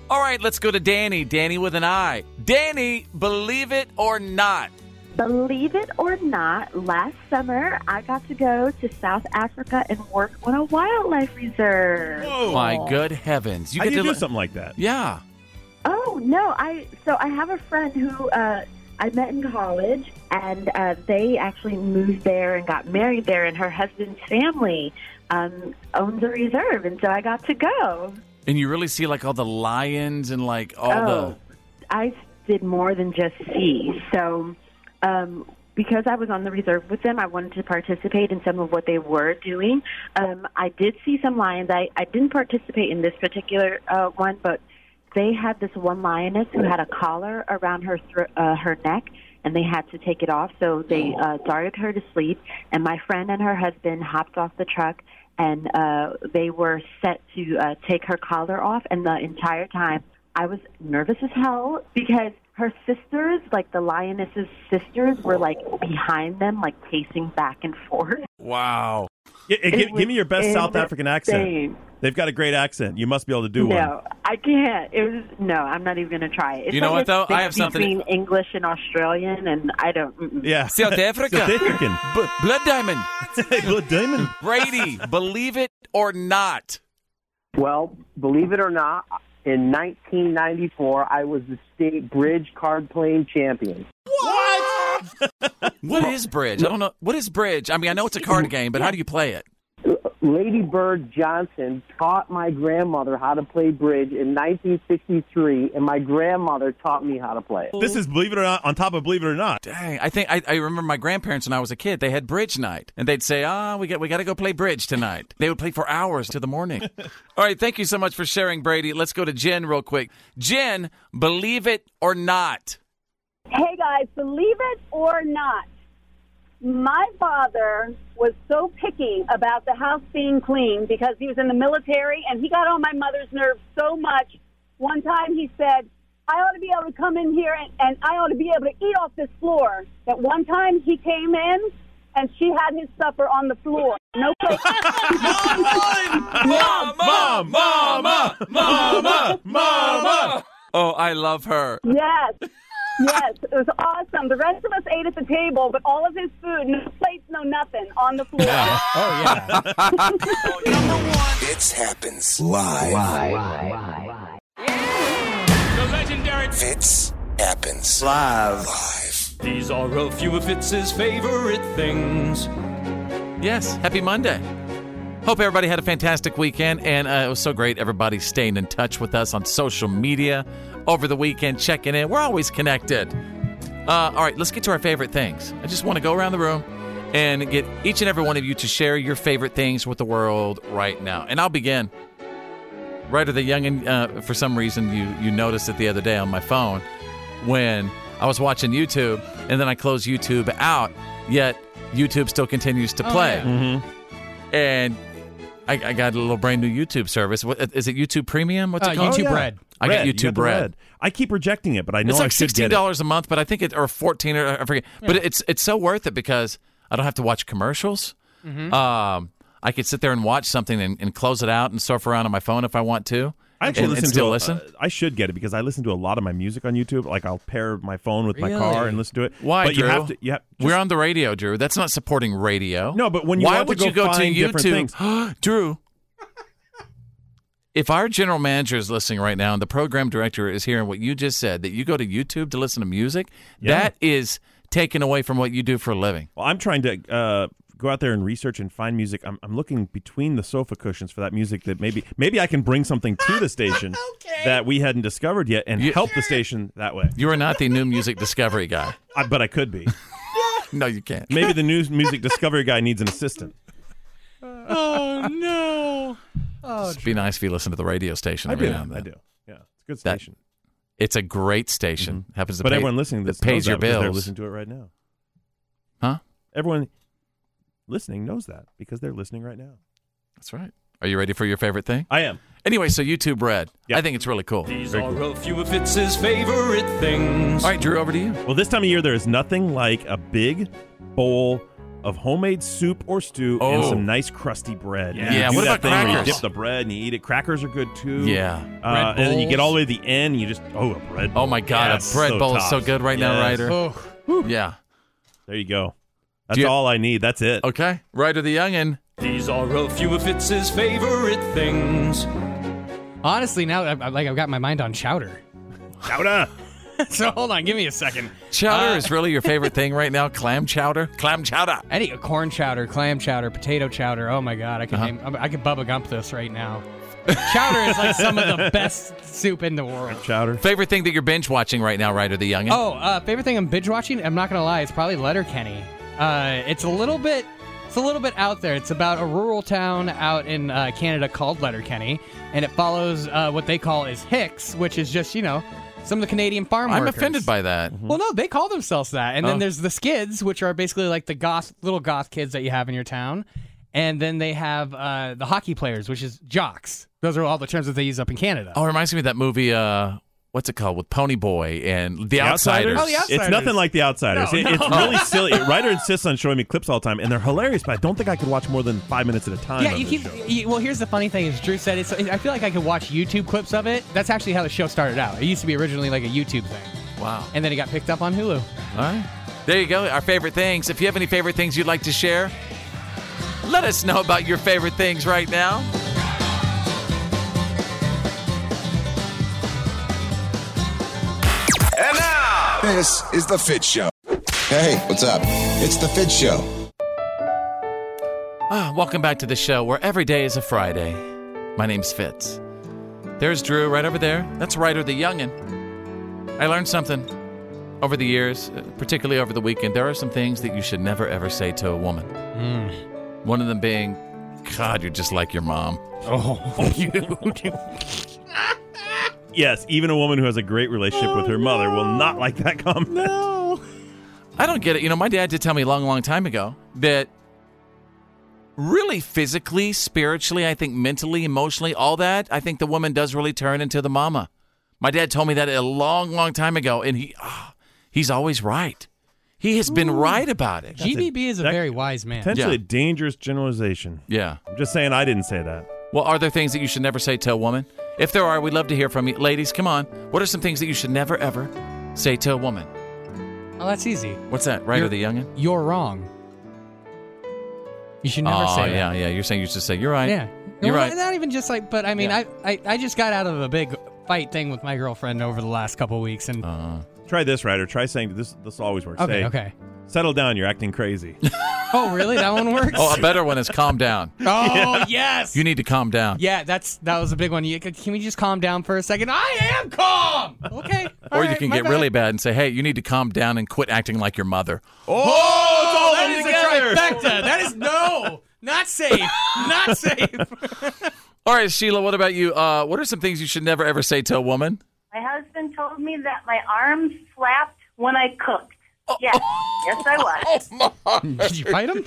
All right, let's go to Danny. Danny with an I. Danny, believe it or not. Believe it or not, last summer I got to go to South Africa and work on a wildlife reserve. Oh My good heavens! How do you do li- something like that? Yeah. Oh no! I so I have a friend who uh, I met in college, and uh, they actually moved there and got married there, and her husband's family um, owns a reserve, and so I got to go. And you really see like all the lions and like all Oh. I did more than just see. So, um, because I was on the reserve with them, I wanted to participate in some of what they were doing. Um, I did see some lions. I, I didn't participate in this particular uh, one, but they had this one lioness who had a collar around her thro- uh, her neck, and they had to take it off. So they uh, darted her to sleep, and my friend and her husband hopped off the truck. And uh, they were set to uh, take her collar off, and the entire time I was nervous as hell because her sisters, like the lioness's sisters, were like behind them, like pacing back and forth. Wow. Gi- gi- give me your best South African accent. insane. They've got a great accent. You must be able to do one. No, I can't. It was no. I'm not even gonna try it. It's You know what, like though? a mix I have something- between English and Australian, and I don't. Mm-mm. [laughs] Yeah. South Africa. South African. B- Blood Diamond. Blood Diamond. [laughs] Brady, believe it or not. Well, believe it or not, in 1994, I was the state bridge card playing champion. What is bridge? I don't know. What is bridge? I mean, I know it's a card game, but how do you play it? Lady Bird Johnson taught my grandmother how to play bridge in 1963, and my grandmother taught me how to play it. This is believe it or not on top of believe it or not. Dang, I think I, I remember my grandparents when I was a kid. They had bridge night, and they'd say, "Ah, we got we got to go play bridge tonight." They would play for hours to the morning. [laughs] All right, thank you so much for sharing, Brady. Let's go to Jen real quick. Jen, believe it or not, Hey guys, believe it or not, my father was so picky about the house being clean because he was in the military and he got on my mother's nerves so much. One time he said, I ought to be able to come in here and, and I ought to be able to eat off this floor. That one time he came in and she had his supper on the floor. No plate. Mama, mama, mama, mama. Oh, I love her. Yes. Yes, it was awesome. The rest of us ate at the table, but all of his food, no plates, no nothing, on the floor. Oh, yeah. Fitz happens live. The legendary Fitz happens live. live. These are a few of Fitz's favorite things. Yes, happy Monday. Hope everybody had a fantastic weekend, and uh, it was so great. Everybody staying in touch with us on social media over the weekend, checking in. We're always connected. Uh, all right, let's get to our favorite things. I just want to go around the room and get each and every one of you to share your favorite things with the world right now. And I'll begin. Right or the young, and uh, for some reason you you noticed it the other day on my phone when I was watching YouTube, and then I closed YouTube out. Yet YouTube still continues to Oh, play yeah. and I, I got a little brand new YouTube service. What, is it YouTube Premium? What's Uh, it called? YouTube Oh, yeah. Red. I got Red. You YouTube got the Red. Red. I keep rejecting it, but I know it's I like should sixteen get it. dollars a month, but I think it or fourteen or I forget. But it's it's so worth it because I don't have to watch commercials. Mhm. Um, I could sit there and watch something and, and close it out and surf around on my phone if I want to. I actually and, listen and still to. listen. uh, I should get it because I listen to a lot of my music on YouTube. Like I'll pair my phone with my car Really? and listen to it. Why, But Drew? you have to. You have, We're on the radio, Drew. That's not supporting radio. No, but when you why want to would go you go find to different YouTube, [gasps] Drew? If our general manager is listening right now and the program director is hearing what you just said, that you go to YouTube to listen to music, Yeah. that is taken away from what you do for a living. Well, I'm trying to uh, go out there and research and find music. I'm, I'm looking between the sofa cushions for that music that maybe maybe I can bring something to the station that we hadn't discovered yet and help the station that way. You are not the new music discovery guy, [laughs] I, but I could be. no, you can't. Maybe the new music discovery guy needs an assistant. oh no! Oh, It'd be nice if you listen to the radio station I every do. now and then. I do. Yeah, it's a good That- station. It's a great station. Happens to Mm-hmm. but pay, everyone listening to that this knows pays that your because They're bills. listening to it right now. Huh? Everyone listening knows that because they're listening right now. That's right. Are you ready for your favorite thing? I am. Anyway, so YouTube Red. I think it's really cool. These Very are a few of Fitz's favorite All things. right, Drew, over to you. Well, this time of year, there is nothing like a big bowl of homemade soup or stew and Oh. some nice crusty bread. Yeah. And you Yeah, do what that about thing where crackers? You dip the bread and you eat it. Crackers are good too. Yeah. Uh, Bread and then you bowls. get all the way to the end and you just, oh, a bread bowl. Oh my God, Yeah, a bread so bowl is top. so good right now, Yes. Ryder. Yeah. There you go. That's you- all I need. That's it. Okay. Ryder the youngin. These are a few of Fitz's favorite things. Honestly, now I've, I've- like I've got my mind on chowder. Chowder. [laughs] so hold on, give me a second. Chowder Uh, is really your favorite thing right now. Clam chowder. Clam chowder. Any corn chowder, clam chowder, potato chowder. Oh my god, Uh-huh. I could name, I could Bubba Gump this right now. chowder is like some [laughs] of the best soup in the world. Chowder. Favorite thing that you're binge watching right now, Ryder the youngin. Oh, uh, favorite thing I'm binge watching. I'm not gonna lie, it's probably Letterkenny. Uh, it's a little bit, it's a little bit out there. It's about a rural town out in uh, Canada called Letterkenny, and it follows uh, what they call is Hicks, which is just you know some of the Canadian farm. I'm workers. Mm-hmm. offended by that. Well, no, they call themselves that. And Oh. then there's the Skids, which are basically like the goth little goth kids that you have in your town. And then they have uh, the hockey players, which is jocks. Those are all the terms that they use up in Canada. Oh, it reminds me of that movie. Uh, what's it called with Pony Boy and The, Outsiders? Oh, The Outsiders. It's nothing like The Outsiders. No, It- no. It's [laughs] really silly. Ryder insists on showing me clips all the time, and they're hilarious, but I don't think I could watch more than five minutes at a time. yeah, of you this keep. show. You, well, here's the funny thing: is Drew said it's. I feel like I could watch YouTube clips of it. That's actually how the show started out. It used to be originally like a YouTube thing, Wow. and then it got picked up on Hulu. All right. There you go. Our favorite things. If you have any favorite things you'd like to share, let us know about your favorite things right now. And now, this is The Fit Show. Hey, what's up? It's The Fit Show. Ah, welcome back to the show where every day is a Friday. My name's Fitz. There's Drew right over there. That's Ryder the Youngin. I learned something over the years, uh, particularly over the weekend. There are some things that you should never ever say to a woman. Hmm. One of them being, God, you're just like your mom. [laughs] Oh, [laughs] yes, even a woman who has a great relationship with her mother will not like that comment. No. I don't get it. You know, my dad did tell me a long, long time ago that really physically, spiritually, I think mentally, emotionally, all that, I think the woman does really turn into the mama. My dad told me that a long, long time ago, and he ah, he's always right. He has been right about it. GBB is a very wise man. Potentially a dangerous generalization. Yeah. I'm just saying I didn't say that. Well, are there things that you should never say to a woman? If there are, we'd love to hear from you. Ladies, come on. What are some things that you should never, ever say to a woman? Oh, that's easy. What's that, right? Or You're- the youngin'? You're wrong. You should never oh, say that. yeah, yeah. You're saying you should say, you're right. Yeah. You're Well, right. Not even just like, but I mean, Yeah. I, I I just got out of a big fight thing with my girlfriend over the last couple weeks, and Uh, Try this, Ryder. Try saying this. This always works. Okay, Say, okay. Settle down. You're acting crazy. [laughs] oh really, that one works. [laughs] Oh, a better one is calm down. [laughs] [laughs] Oh, [laughs] yes. You need to calm down. Yeah, that's that was a big one. You, can we just calm down for a second? I am calm. Or Okay. you Alright, can my get bad. really bad and say, "Hey, you need to calm down and quit acting like your mother." Oh, it's all that them is together. a [laughs] trifecta. That oh. is no, not safe, not safe. All right, Sheila, what about you? Uh, what are some things you should never ever say to a [laughs] woman? My husband told me that my arms flapped when I cooked. Yes, yes, I was. Did you fight him?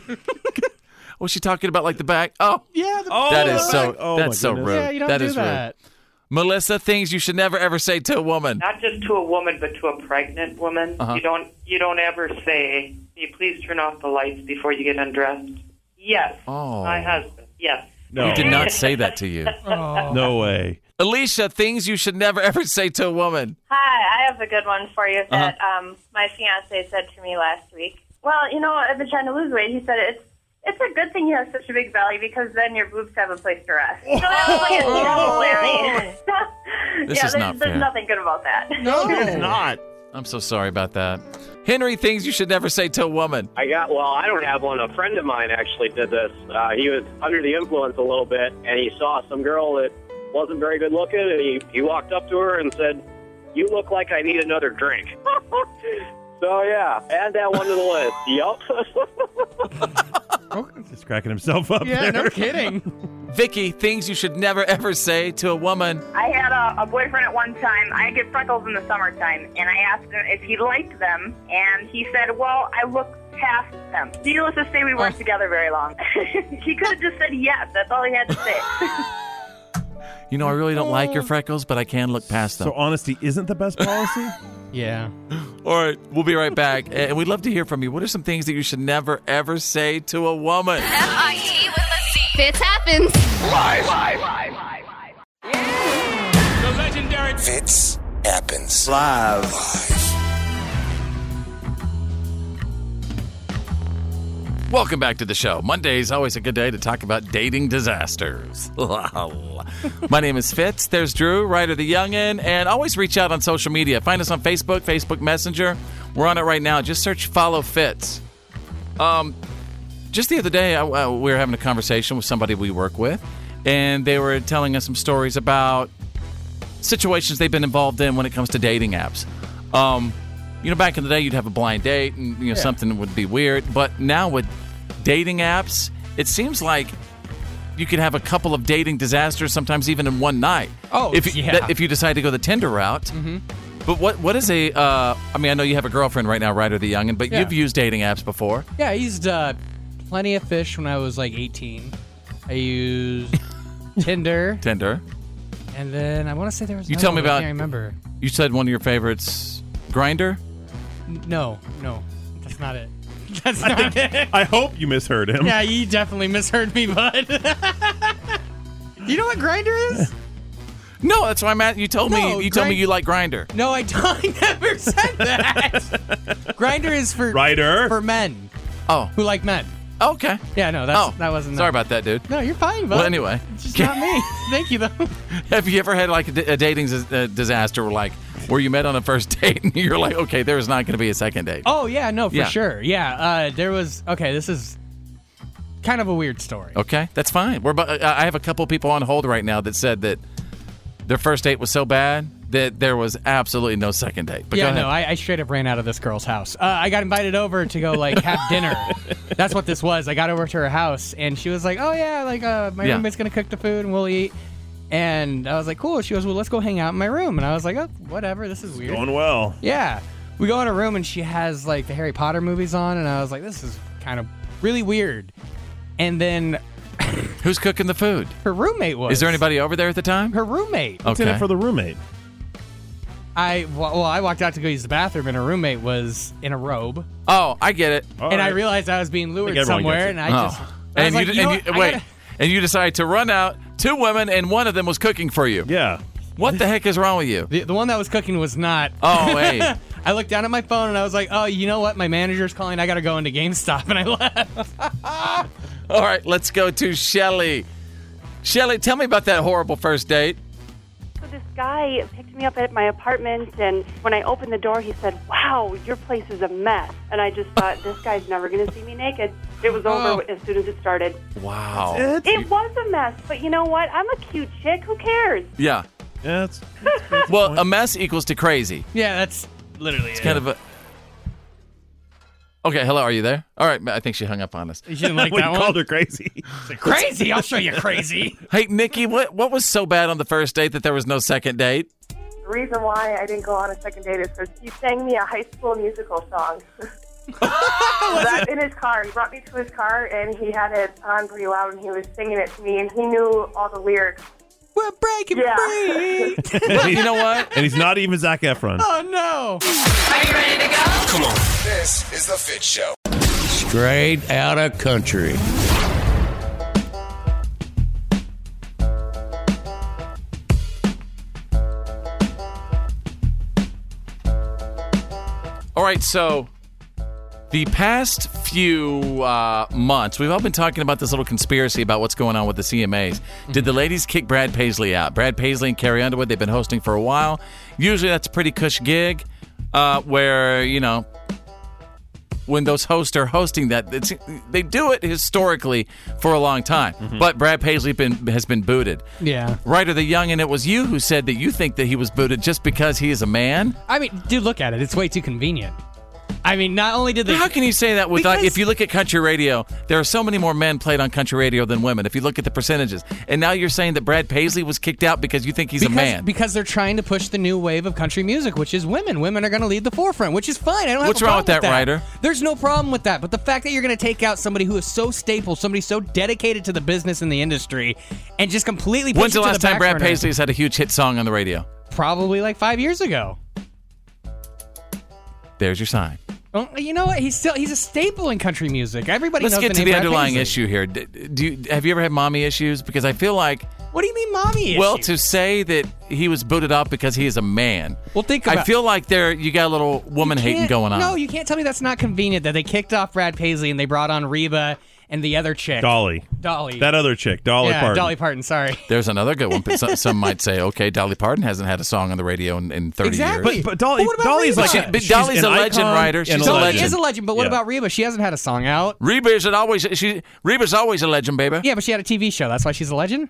[laughs] Was she talking about like the back? Oh, yeah. that is so. Oh, my that's so goodness. rude. Yeah, you don't That do is that. rude. Melissa, things you should never ever say to a woman. Not just to a woman, but to a pregnant woman. Uh-huh. You don't you don't ever say, "Can you please turn off the lights before you get undressed?" Yes, Oh, my husband. Yes. you did [laughs] not say that to [laughs] you. Oh. Oh. No way. Alicia, things you should never ever say to a woman. Hi, I have a good one for Uh-huh. you that um, my fiance said to me last week. Well, you know, I've been trying to lose weight. He said it's it's a good thing you have such a big belly because then your boobs have a place to rest. So [laughs] that was [laughs] like a double whammy. Oh. [laughs] This yeah, is there's, not there's fair. nothing good about that. not. I'm so sorry about that. Henry, things you should never say to a woman. I got well. I don't have one. A friend of mine actually did this. Uh, he was under the influence a little bit, and he saw some girl that wasn't very good looking, and he he walked up to her and said, "You look like I need another drink." so yeah, add that one to the list. Yup. He's cracking himself up. there. [laughs] Vicky, things you should never ever say to a woman. I had a, a boyfriend at one time. I get freckles in the summertime, and I asked him if he liked them, and he said, "Well, I look past them." Needless to say, we weren't together very long. [laughs] he could have just said yes. That's all he had to say. You know, I really don't like your freckles, but I can look past them. So honesty isn't the best [laughs] policy. yeah. All right, we'll be right back. And we'd love to hear from you. What are some things that you should never ever say to a woman? F-I-T E with a C. Fits happens. Live. Live. The legendary Fits happens live. Welcome back to the show. Monday is always a good day to talk about dating disasters. My name is Fitz. There's Drew, Ryder the Youngin, and always reach out on social media. Find us on Facebook, Facebook Messenger. We're on it right now. Just search Follow Fitz. Um, just the other day, I, I- we were having a conversation with somebody we work with, and they were telling us some stories about situations they've been involved in when it comes to dating apps. Um, you know, back in the day, you'd have a blind date, and you know Yeah. something would be weird. But now with dating apps, it seems like you could have a couple of dating disasters, sometimes even in one night. Oh, if you, yeah. Mm-hmm. that- if you decide to go the Tinder route. But what what is a? Uh, I mean, I know you have a girlfriend right now, Ryder the Youngin, but Yeah. you've used dating apps before. Yeah, I used uh, plenty of fish when I was like 18. I used Tinder, Tinder. and then I want to say there was. You another tell me one, but I about. can't remember. You said one of your favorites, Grinder. N- No, no, that's not it. [laughs] That's I, not it. think- I hope you misheard him. Yeah, you definitely misheard me, bud. [laughs] you know what Grinder is? No, that's why I'm at. You told me. No, You told me Grindr- you like Grinder. No, I, don't, [laughs] I never said that. Grinder is for Ryder for men. Oh, who like men? Okay. Yeah, no, that's oh, that wasn't. Sorry about that, dude. No, you're fine, bud. Well, anyway, It's [laughs] just not me. Thank you though. have you ever had like a, d- a dating dis- uh, disaster, where like where you met on a first [laughs] date and you're like, okay, there's not going to be a second date. Oh yeah, no, for Yeah. sure. Yeah, uh, there was. Okay, this is kind of a weird story. Okay, that's fine. We're. About, I I have a couple people on hold right now that said that their first date was so bad that there was absolutely no second date. But go yeah, ahead. no, I, I straight up ran out of this girl's house. Uh, I got invited over to [laughs] go like have dinner. That's what this was. I got over to her house and she was like, "Oh yeah, like uh, my Yeah. roommate's gonna cook the food and we'll eat." And I was like, "Cool." She goes, "Well, let's go hang out in my room." And I was like, "Oh, whatever. This is weird." Going well. Yeah. We go in a room and she has like the Harry Potter movies on, and I was like, this is kind of really weird. And then. Who's cooking the food? Her roommate was. Is there anybody over there at the time? Her roommate. What's in it for the roommate? I well, well, I walked out to go use the bathroom, and her roommate was in a robe, Oh, I get it. and I realized I was being I think lured everyone somewhere, gets it. and I Oh. just. I and was you, like, d- you know and you what? I wait, gotta- and you decide to run out. Two women, and one of them was cooking for you. Yeah. What the heck is wrong with you? The, the one that was cooking was not. [laughs] Oh, hey. I looked down at my phone and I was like, "Oh, you know what? My manager's calling. I gotta go into GameStop." [laughs] And I left. All right, let's go to Shelly. Shelly, tell me about that horrible first date. So this guy picked me up at my apartment, and when I opened the door, he said, "Wow, your place is a mess." And I just thought, this guy's never going to see me naked. It was over as soon as it started. Wow. It, was a mess, but you know what? I'm a cute chick. Who cares? Yeah. Yeah, [laughs] that's, well, a mess equals to crazy. Yeah, that's literally It's kind of a. Okay, hello, are you there? All right, I think she hung up on us. You didn't like We that one? called her [laughs] crazy. crazy? I'll show you crazy. hey, Nikki, what, what was so bad on the first date that there was no second date? [laughs] The reason why I didn't go on a second date is because you sang me a high school musical song. was in his car. He brought me to his car, and he had it on pretty loud, and he was singing it to me, and he knew all the lyrics. We're breaking yeah. [laughs] you know what? And he's not even Zach Efron. Oh, no. Are you ready to go? Come on. This is the Fit Show. Straight out of country. All right, so the past few uh, months, we've all been talking about this little conspiracy about what's going on with the CMAs. Did the ladies kick Brad Paisley out? Brad Paisley and Carrie Underwood, they've been hosting for a while. Usually that's a pretty cush gig uh, where, you know, when those hosts are hosting that, it's, they do it historically for a long time. But Brad Paisley been, has been booted. Yeah. Ryder the Young, and it was you who said that you think that he was booted just because he is a man? I mean, dude, look at it. It's way too convenient. I mean, not only did they. How can you say that with like, if you look at country radio, there are so many more men played on country radio than women. If you look at the percentages, and now you're saying that Brad Paisley was kicked out because you think he's because, a man. because they're trying to push the new wave of country music, which is women. Women are going to lead the forefront, which is fine. I don't have What's a wrong with problem that, with Ryder? There's no problem with that. But the fact that you're going to take out somebody who is so staple, somebody so dedicated to the business and the industry, and just completely push When's it the to last the time back Brad burner- Paisley's had a huge hit song on the radio? Probably like five years ago. There's your sign. Well, Oh, you know what? He's still he's a staple in country music. Everybody Let's knows get the to name the Brad underlying Paisley. issue here. D- Do you, have you ever had mommy issues? Because I feel like, What do you mean, mommy? well, issue? to say that he was booted out because he is a man. Well, think I about- feel like there you got a little woman hating can't- going on. No, you can't tell me that's not convenient that they kicked off Brad Paisley and they brought on Reba and the other chick. Dolly. Dolly. That other chick, Dolly yeah, Parton. Dolly Parton, sorry. There's another good one. Some, [laughs] some might say, okay, Dolly Parton hasn't had a song on the radio in, in 30 Exactly. years. But- but Dolly- what about Dolly's Reba? like She- but Dolly's an a legend, icon Ryder. and She's a a legend. She is a legend, but what Yeah. about Reba? She hasn't had a song out. Reba is always she Reba's always a legend, baby. Yeah, but she had a TV show. That's why she's a legend.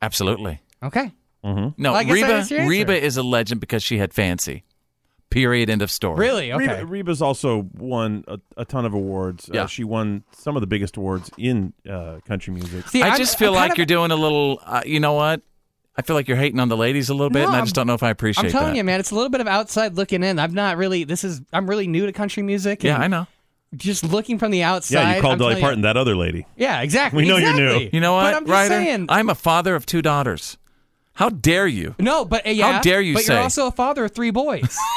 Absolutely. Okay. Mm-hmm. No, Well, I guess that Reba is your answer. Reba is a legend because she had fancy. Period. End of Oh, story. Reba, Reba's also won a, a ton of awards. Uh, Yeah. she won some of the biggest awards in uh, country music. I just feel like you're doing a little. Uh, you know what? I feel like you're hating on the ladies a little bit, No, and I I'm- just don't know if I appreciate I'm telling that. you, man, it's a little bit of outside looking in. I'm not really. This is. I'm really new to country music. Yeah, and I know. Just looking from the outside. yeah, you called I'm Dolly telling Parton that other lady. Yeah, exactly. We know you're new. exactly. You know what, But I'm just Ryder? saying. I'm a father of two daughters. How dare you? No, but uh, yeah. dare you But say. you're also a father of three boys. [laughs]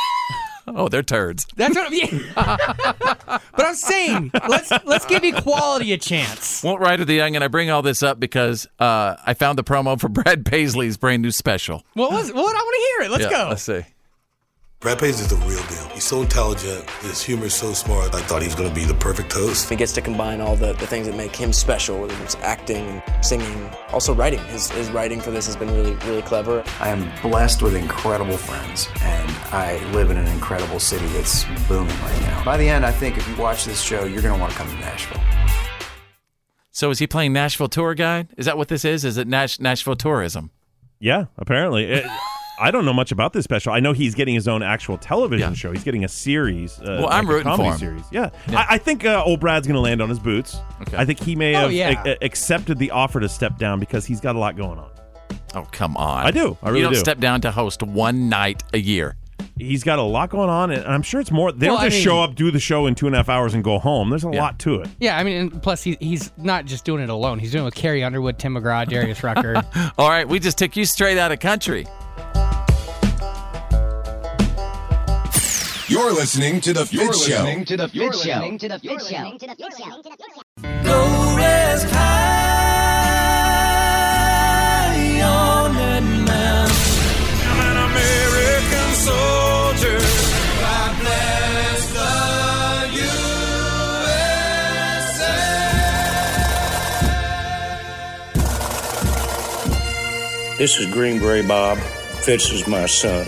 Oh, they're turds. That's what I'm. yeah. [laughs] but I'm saying let's let's give equality a chance. Won't Ryder the Young, and I bring all this up because uh, I found the promo for [laughs] Brad Paisley's brand new special. What was what? I want to hear it. Let's Yeah, go. Let's see. Brad Paisley's the real deal. He's so intelligent. His humor is so smart. I thought he was going to be the perfect host. He gets to combine all the, the things that make him special, whether it's acting, singing, also writing. His, his writing for this has been really, really clever. I am blessed with incredible friends, and I live in an incredible city that's booming right now. By the end, I think if you watch this show, you're going to want to come to Nashville. So is he playing Nashville tour guide? Is that what this is? Is it Nash- Nashville tourism? Yeah, apparently. It- I don't know much about this special. I know he's getting his own actual television show. He's getting a series. Uh, Well, I'm like a rooting comedy for him. Series. Yeah, I, I think uh, old Brad's going to land on his boots. Okay. I think he may Oh, have yeah. a- a- accepted the offer to step down because he's got a lot going on. Oh come on! I do. I really you don't do. step down to host one night a year. He's got a lot going on, and I'm sure it's more. They Well, don't I just mean- show up, do the show in two and a half hours, and go home. There's a lot to it. Yeah, I mean, and plus he, he's not just doing it alone. He's doing it with Carrie Underwood, Tim McGraw, Darius Rucker. [laughs] All right, we just took you straight out of country. You're listening to the You're Fit Show. listening to the You're Fit Show. listening to the Fit Show. I'm an American soldier. I bless the This is Greenberry Bob. Fitz is my son.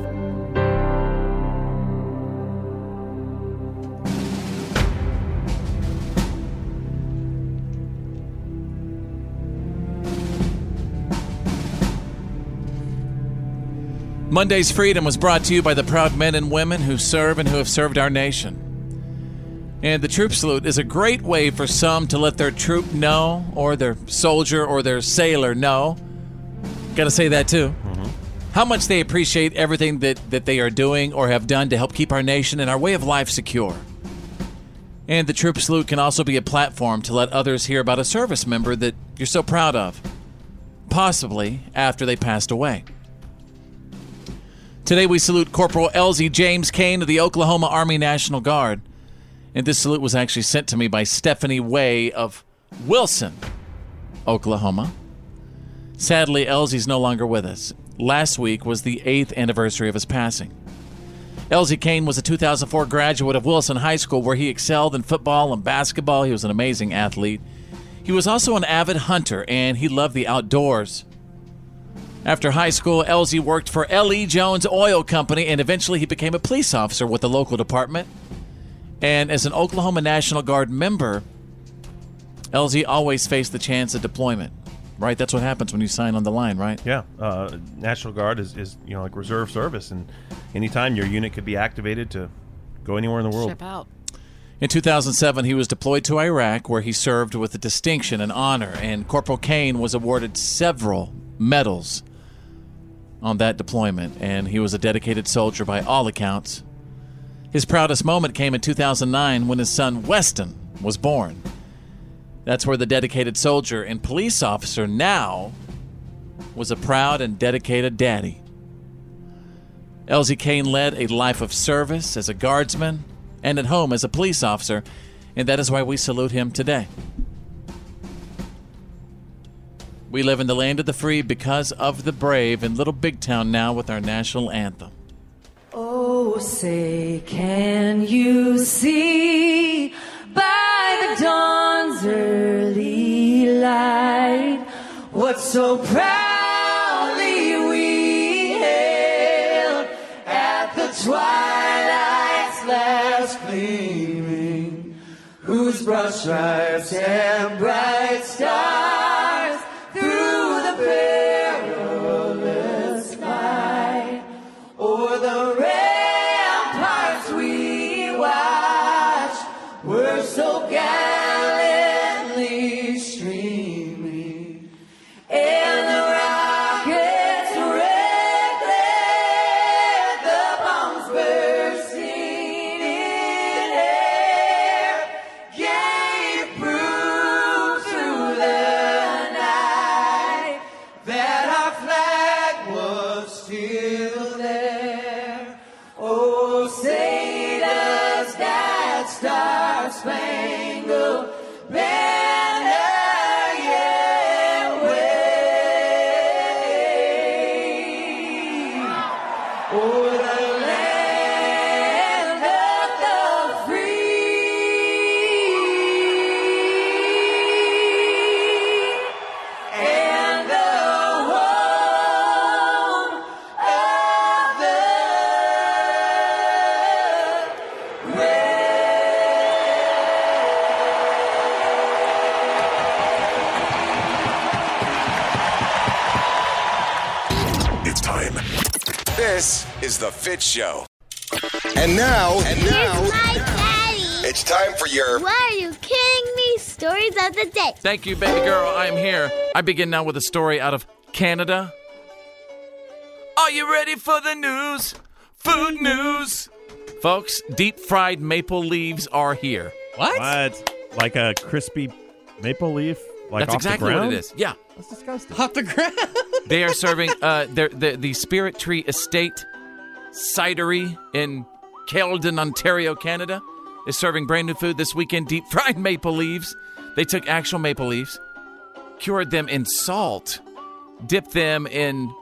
Monday's Freedom was brought to you by the proud men and women who serve and who have served our nation. And the troop salute is a great way for some to let their troop know, or their soldier, or their sailor know. Got to say that too. How much they appreciate everything that, that they are doing or have done to help keep our nation and our way of life secure. And the troop salute can also be a platform to let others hear about a service member that you're so proud of, possibly after they passed away. Today we salute Corporal Elsie James Kane of the Oklahoma Army National Guard. And this salute was actually sent to me by Stephanie Way of Wilson, Oklahoma. Sadly, Elsie's no longer with us. Last week was the eighth anniversary of his passing. Elsie Kane was a 2004 graduate of Wilson High School, where he excelled in football and basketball. He was an amazing athlete. He was also an avid hunter, and he loved the outdoors. After high school, Elsie worked for L.E. Jones Oil Company, and eventually he became a police officer with the local department. And as an Oklahoma National Guard member, Elsie always faced the chance of deployment. Right? That's what happens when you sign on the line, right? Yeah, uh, National Guard is, is you know like reserve service, and anytime your unit could be activated to go anywhere in the world. out. In 2007, he was deployed to Iraq, where he served with distinction and honor, and Corporal Kane was awarded several medals on that deployment, and he was a dedicated soldier by all accounts. His proudest moment came in 2009 when his son Weston was born. That's where the dedicated soldier and police officer now was a proud and dedicated daddy. Elsie Kane led a life of service as a guardsman and at home as a police officer, and that is why we salute him today. We live in the land of the free because of the brave in Little Big Town now with our national anthem. Oh, say, can you see by the dawn's early light what so proudly we hailed at the twilight's last gleaming, whose broad stripes and bright stars through the perilous fight? O'er the ramparts we watched were so gallantly streaming, and the rockets red glare, the bombs bursting in air, gave proof through the night that our flag was still there. Oh, say does that star spangled banner yet wave o'er the land of the free? and the home of the It's time. This is the Fit Show. And now, and now, it's time for your Why are you kidding me? Stories of the day. Thank you, baby girl. I am here. I begin now with a story out of Canada. Are you ready for the news? Food news. Folks, deep fried maple leaves are here. What? Like a crispy maple leaf? Like That's off exactly the what ground? it is. Yeah. That's disgusting. Off the ground. They are serving uh, their, the, the Spirit Tree Estate Cidery in Caledon, Ontario, Canada, is serving brand new food this weekend deep fried [laughs] maple leaves. They took actual maple leaves, cured them in salt, dipped them in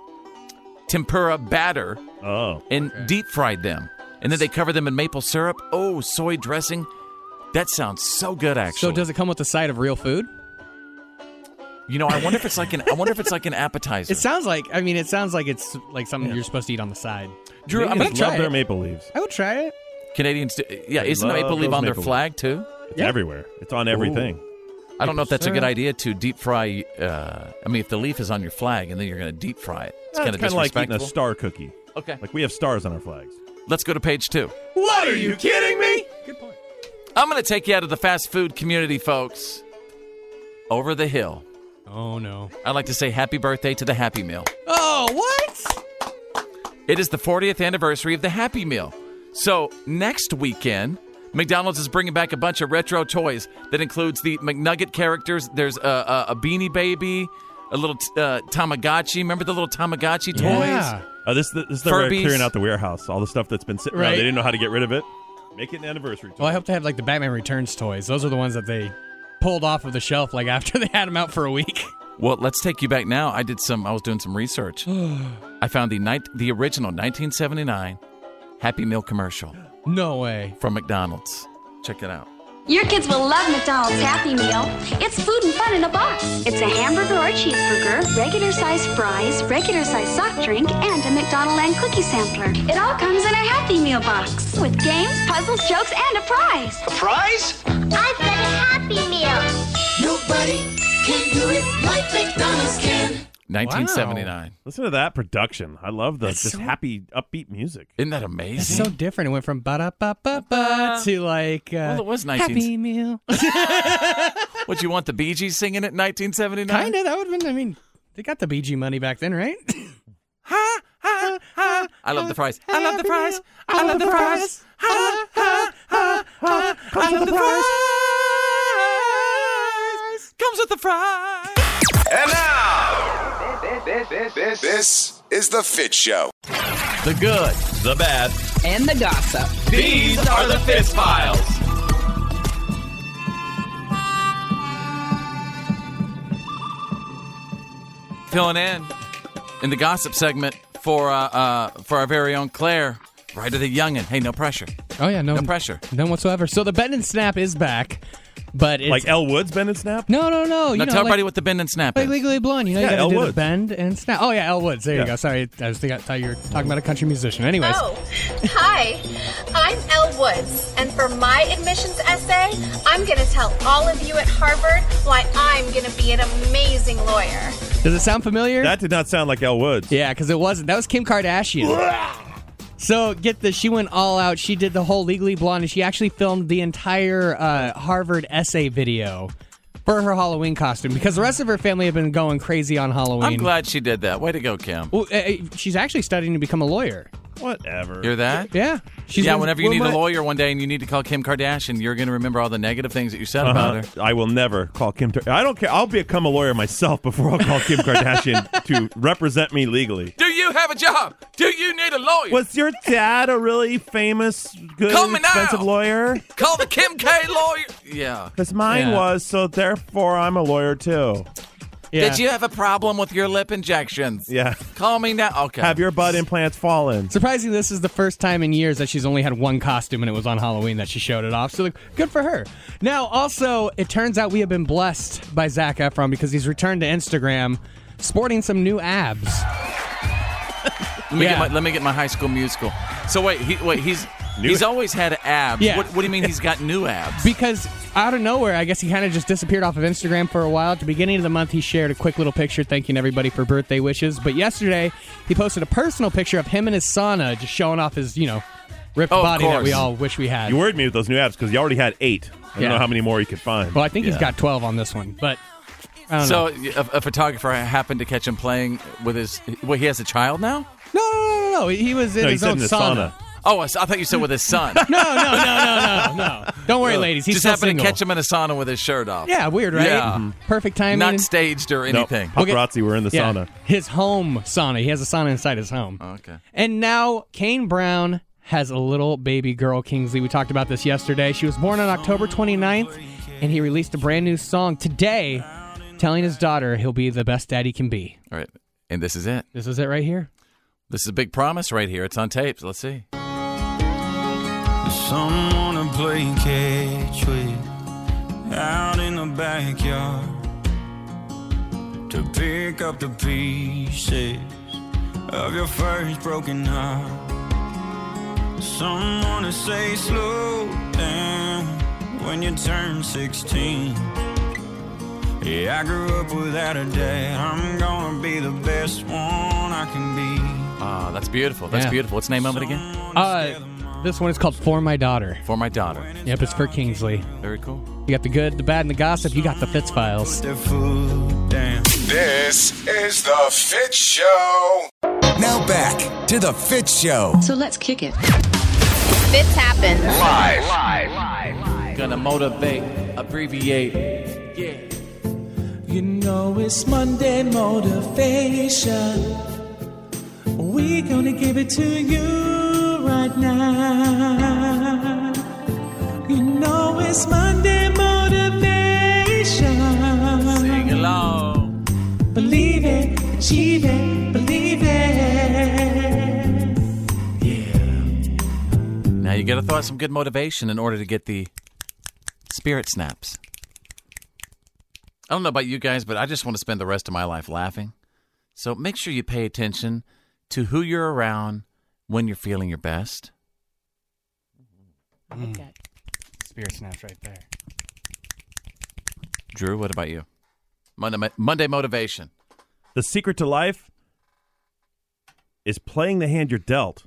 tempura batter, oh, and deep fried them. And then they cover them in maple syrup. Oh, soy dressing. That sounds so good, actually. So does it come with the side of real food? you know, I wonder if it's like an I wonder if it's like an appetizer. It sounds like. I mean, it sounds like it's like something you're supposed to eat on the side. Drew, Maybe I'm it's gonna try it. it. maple leaves. I would try it. Canadians, do, yeah, They isn't the love maple leaf those on their maple flag too? It's everywhere. It's on everything. I don't know if that's a good Sure. idea to deep fry. Uh, I mean, if the leaf is on your flag and then you're going to deep fry it, it's Yeah, kind of kinda like eating disrespectful. a star cookie. Okay. Like we have stars on our flags. Let's go to page two. What are you kidding me? I'm going to take you out of the fast food community, folks. Over the hill. Oh, no. I'd like to say happy birthday to the Happy Meal. Oh, what? It is the 40th anniversary of the Happy Meal. So, next weekend, McDonald's is bringing back a bunch of retro toys that includes the McNugget characters. There's a, a, a Beanie Baby, a little uh, Tamagotchi. Remember the little Tamagotchi toys? Oh, this this is the way of Furbies. clearing out the warehouse. All the stuff that's been sitting around. Right. They didn't know how to get rid of it. Make it an anniversary. Well, I hope they have like the Batman Returns toys. Those are the ones that they pulled off of the shelf like [laughs] after they had them out for a week. Well, let's take you back now. I did some. I was doing some [sighs] research. I found the night the original 1979 Happy Meal commercial No way. from McDonald's. Check it out. Your kids will love McDonald's Happy Meal. It's food and fun in a box. It's a hamburger or cheeseburger, regular size fries, regular size soft drink, and a McDonaldland cookie sampler. It all comes in a Happy Meal box with games, puzzles, jokes, and a prize. A prize? I've got a Happy Meal. Nobody can do it like McDonald's can. 1979. Listen to that production. I love the just happy, upbeat music. Isn't that amazing? It's so different. It went from ba da ba ba ba to like. Uh, Well, it was 19. Happy Meal. Would you want the Bee Gees singing it in 1979? kind of. That would have been, I mean, they got the BG money back [laughs] then, right? I love the fries. I love the fries. I love the fries. Ha, ha, ha, ha. I love the fries. Comes with the fries. And now, this is The Fit Show. The good, the bad, And the gossip. These are the Fist Files. filling in in the gossip segment for uh, uh, for our very own Claire, right of the youngin. Hey, no pressure. Oh yeah, [laughs] no, No pressure. none whatsoever. So the bend and snap is back, but it's Like El Woods bend and snap. No, no, no. You now know, tell everybody like, what the bend and snap like is. Legally Blonde. You know, Yeah, you Elle gotta do the Woods. bend and snap. Oh yeah, El Woods. There Yeah. you go. Sorry, I was thinking I thought you were talking about a country musician. Anyways, Oh, hi. I'm Elle Woods, and for my admissions essay, I'm going to tell all of you at Harvard why I'm going to be an amazing lawyer. does it sound familiar? That did not sound like El Woods. Yeah, because it wasn't. That was Kim Kardashian. So get this, she went all out. She did the whole Legally Blonde, and she actually filmed the entire uh, Harvard essay video for her Halloween costume because the rest of her family have been going crazy on Halloween. I'm glad she did that. Way to go, Kim. Well, eh, eh, she's actually studying to become a lawyer. Whatever. Hear that? Yeah. yeah, been- whenever you well, need a my- lawyer one day and you need to call Kim Kardashian, you're going to remember all the negative things that you said about her. Uh-huh. I will never call Kim. Tar- I don't care. I'll become a lawyer myself before I'll call Kim [laughs] Kardashian to represent me legally. Do you have a job? Do you need a lawyer? Was your dad a really famous, good, Call me now. expensive lawyer? Call the Kim K lawyer. Yeah. Because mine Yeah. was, so therefore I'm a lawyer too. Did you have a problem with your lip injections? Yeah. Call me now. Okay. Have your butt implants fallen? Surprisingly, this is the first time in years that she's only had one costume, and it was on Halloween that she showed it off. So, like, good for her. Now, also, it turns out we have been blessed by Zach Efron because he's returned to Instagram sporting some new abs. Let me, get, my, let me get my high school musical. So wait, he, wait, he's he's always had abs. Yeah. What, what do you mean he's got new abs? Because out of nowhere, I guess he kind of just disappeared off of Instagram for a while. At the beginning of the month, he shared a quick little picture thanking everybody for birthday wishes. But yesterday, he posted a personal picture of him and his sauna just showing off his, you know, ripped Oh, of body that course. we all wish we had. You worried me with those new apps because you already had eight. I don't Yeah. know how many more you could find. well, I think he's got 12 on this one, but I don't know. So a, a photographer happened to catch him playing with his. Well, he has a child now. No, no, no, no. He was in No, he his said own in his sauna. sauna. Oh, I s- I thought you said with his son. [laughs] no, no, no, no, no, no. Don't worry, No. ladies. He's just still happened single. to catch him in a sauna with his shirt off. Yeah, weird, right? Mm-hmm. Yeah. Perfect timing. Not staged or anything. We'll get- were in the Yeah. sauna. His home sauna. He has a sauna inside his home. Oh, Okay. And now Kane Brown has a little baby girl, Kingsley. We talked about this yesterday. She was born on October 29th, and he released a brand new song today telling his daughter he'll be the best dad he can be. All right, and this is it. This is it right here. This is a big promise right here. It's on tape. Let's see. Someone to play catch with out in the backyard to pick up the pieces of your first broken heart. Someone to say slow down when you turn 16. Yeah, I grew up without a dad. I'm gonna be the best one I can be. Oh, that's beautiful. That's Yeah. beautiful. What's the name of it again? Uh, this one is called For My Daughter. For My Daughter. Yep, it's for Kingsley. Very cool. You got the good, the bad, and the gossip. You got the Fitz files. This is the Fit Show. Now back to the Fit Show. So let's kick it. Fits happens. Live. Gonna motivate, abbreviate. You know it's Monday motivation. We're gonna give it to you right now. You know it's Monday motivation. Sing along. Believe it, achieve it, believe it. Now you gotta throw out some good motivation in order to get the spirit snaps. I don't know about you guys, but I just want to spend the rest of my life laughing. So make sure you pay attention to who you're around when you're feeling your best. Spirit snaps right there. Drew, what about you? Monday, Monday motivation. The secret to life is playing the hand you're dealt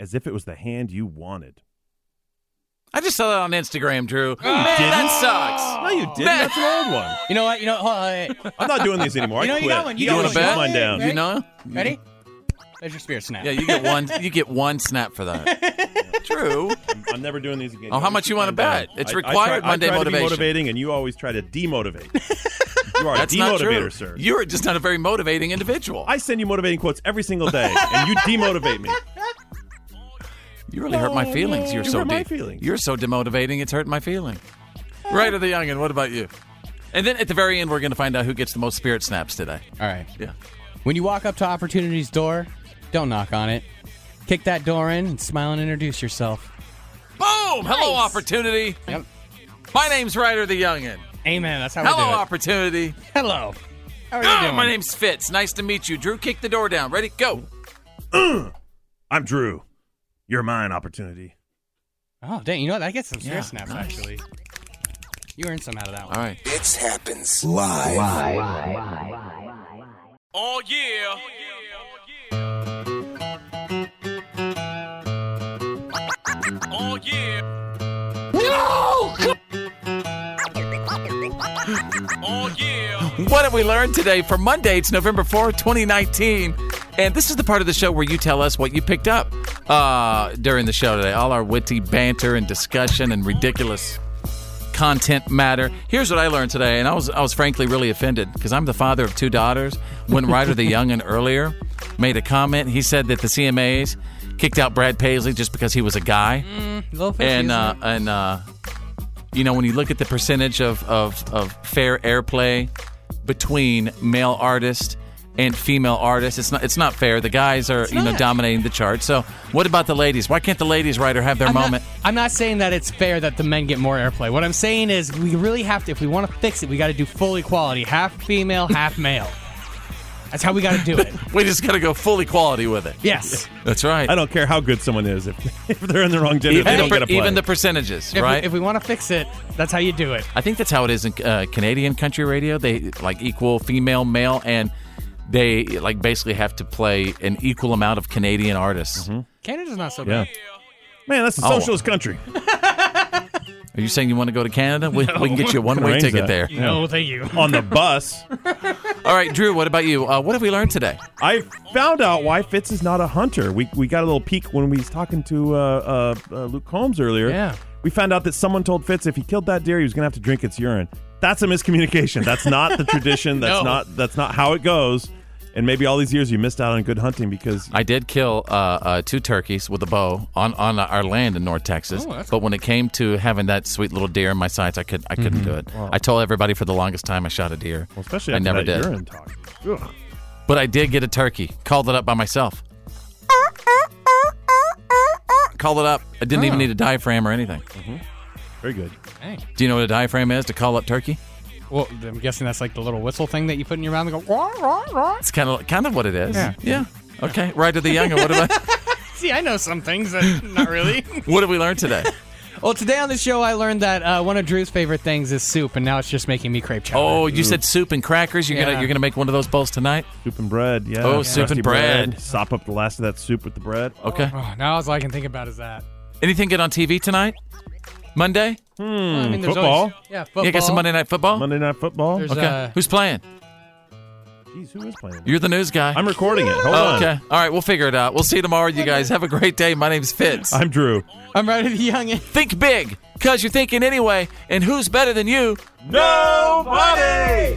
as if it was the hand you wanted. I just saw that on Instagram, Drew. Man, didn't? that sucks. No, you didn't. Man. That's an old one. [laughs] You know what? You know. Hold on, wait. I'm not doing these anymore. [laughs] You know I you quit. got one. You, got wanna one. bet? Come on down. You know? Ready? There's your spirit snap. Yeah, you get one. You get one snap for [laughs] that. [laughs] True. I'm, I'm never doing these again. Oh, how much you wanna I'm down. bet? It's I- I required try, Monday I try To motivation. be motivating, and you always try to demotivate. you are That's a not demotivator, true. sir. You are just not a very motivating individual. I send you motivating quotes every single day, and you demotivate me. You really hurt my Oh, feelings. man. You're You so hurt my de- feelings. You're so demotivating. It's hurting my feeling. Right of the youngin. What about you? And then at the very end, we're going to find out who gets the most spirit snaps today. All right. Yeah. [laughs] When you walk up to opportunity's door, don't knock on it. Kick that door in and smile and introduce yourself. Boom! Hello, opportunity. Yep. My name's Ryder the Youngin. Amen. That's how Hello, we do it. opportunity. Hello. How are you Ah, doing? My name's Fitz. Nice to meet you. Drew, kick the door down. Ready? Go. [clears throat] I'm Drew. You're mine, opportunity. Oh, dang. You know what? I get some spirit Yeah, snaps, nice. actually. You earned some out of that one. All right. It happens live. Oh, yeah. Oh, yeah. No! Oh, yeah. What have we learned today for Monday? It's November fourth, 2019. And this is the part of the show where you tell us what you picked up uh, during the show today. All our witty banter and discussion and ridiculous content matter. Here's what I learned today, and I was I was frankly really offended because I'm the father of two daughters. When Ryder the Young and earlier made a comment, he said that the CMAs kicked out Brad Paisley just because he was a guy. A Mm, little fishy, and isn't uh, it? and uh, you know when you look at the percentage of of, of fair airplay between male artist and female artists, it's not it's not fair. The guys are you know dominating the chart. So what about the ladies? Why can't the ladies writer have their I'm moment? [laughs] Not, I'm not saying that it's fair that the men get more airplay. What I'm saying is we really have to, if we want to fix it, we got to do full equality, half female, half male. That's how we got to [laughs] do it. we just got to go full equality with it. Yes. That's right. I don't care how good someone is if, if they're in the wrong gender, they the don't per- get a play. even the [laughs] percentages, If we- right? if we want to fix it, that's how you do it. I think that's how it is in uh, Canadian country radio. They like equal female, male, and they like basically have to play an equal amount of Canadian artists. Mm-hmm. Canada's not so Yeah. bad. Man, that's a Oh. socialist country. [laughs] Are you saying you want to go to Canada? We, we can [laughs] get you a one way Arrange ticket that. there. Yeah. thank you. On the bus. [laughs] All right, Drew, what about you? Uh, what have we learned today? I found out why Fitz is not a hunter. We we got a little peek when we was talking to uh, uh, uh, Luke Combs earlier. Yeah. We found out that someone told Fitz if he killed that deer, he was gonna have to drink its urine. That's a miscommunication. That's not the tradition. That's No. not that's not how it goes. And maybe all these years you missed out on good hunting [laughs] because I did kill uh, uh, two turkeys with a bow on, on our land in North Texas. Oh, that's but when it came to having that sweet little deer in my sights, I could I couldn't Mhm. do it. Wow. I told everybody for the longest time I shot a deer. Well, especially I after never that did. urine talk. Ugh. But I did get a turkey. Called it up by myself. Called it up. I didn't even Oh. Mm-hmm. need a diaphragm or anything. Very good. Do you know what a diaphragm is to call up turkey? Well, I'm guessing that's like the little whistle thing that you put in your mouth and go, rah, rah, rah. It's kind of kind of what it is. Yeah. Okay. Right to the young. And what about [laughs] See, I know some things that [laughs] not really. [laughs] what have we learned today? Well, today on the show, I learned that uh, one of Drew's favorite things is soup, and now it's just making me crave chowder. Oh, you said soup and crackers. You're Yeah. gonna you're gonna make one of those bowls tonight. Soup and bread. Yeah. Oh, soup Crusty and bread. Sop up the last of that soup with the bread. Okay. Oh, now all I can think about is that. Anything good on TV tonight? Monday. Hmm. I mean, there's football. always- yeah, You got some football. Monday night football. Monday night football. Okay. uh, Who's playing? Jeez, who is playing? You're the news guy. I'm recording it. Hold Oh, on. Okay. All right. We'll figure it out. We'll see you tomorrow, you guys. Have a great day. My name's Fitz. I'm Drew. I'm right at the youngin. Think big, because you're thinking anyway. And who's better than you? Nobody!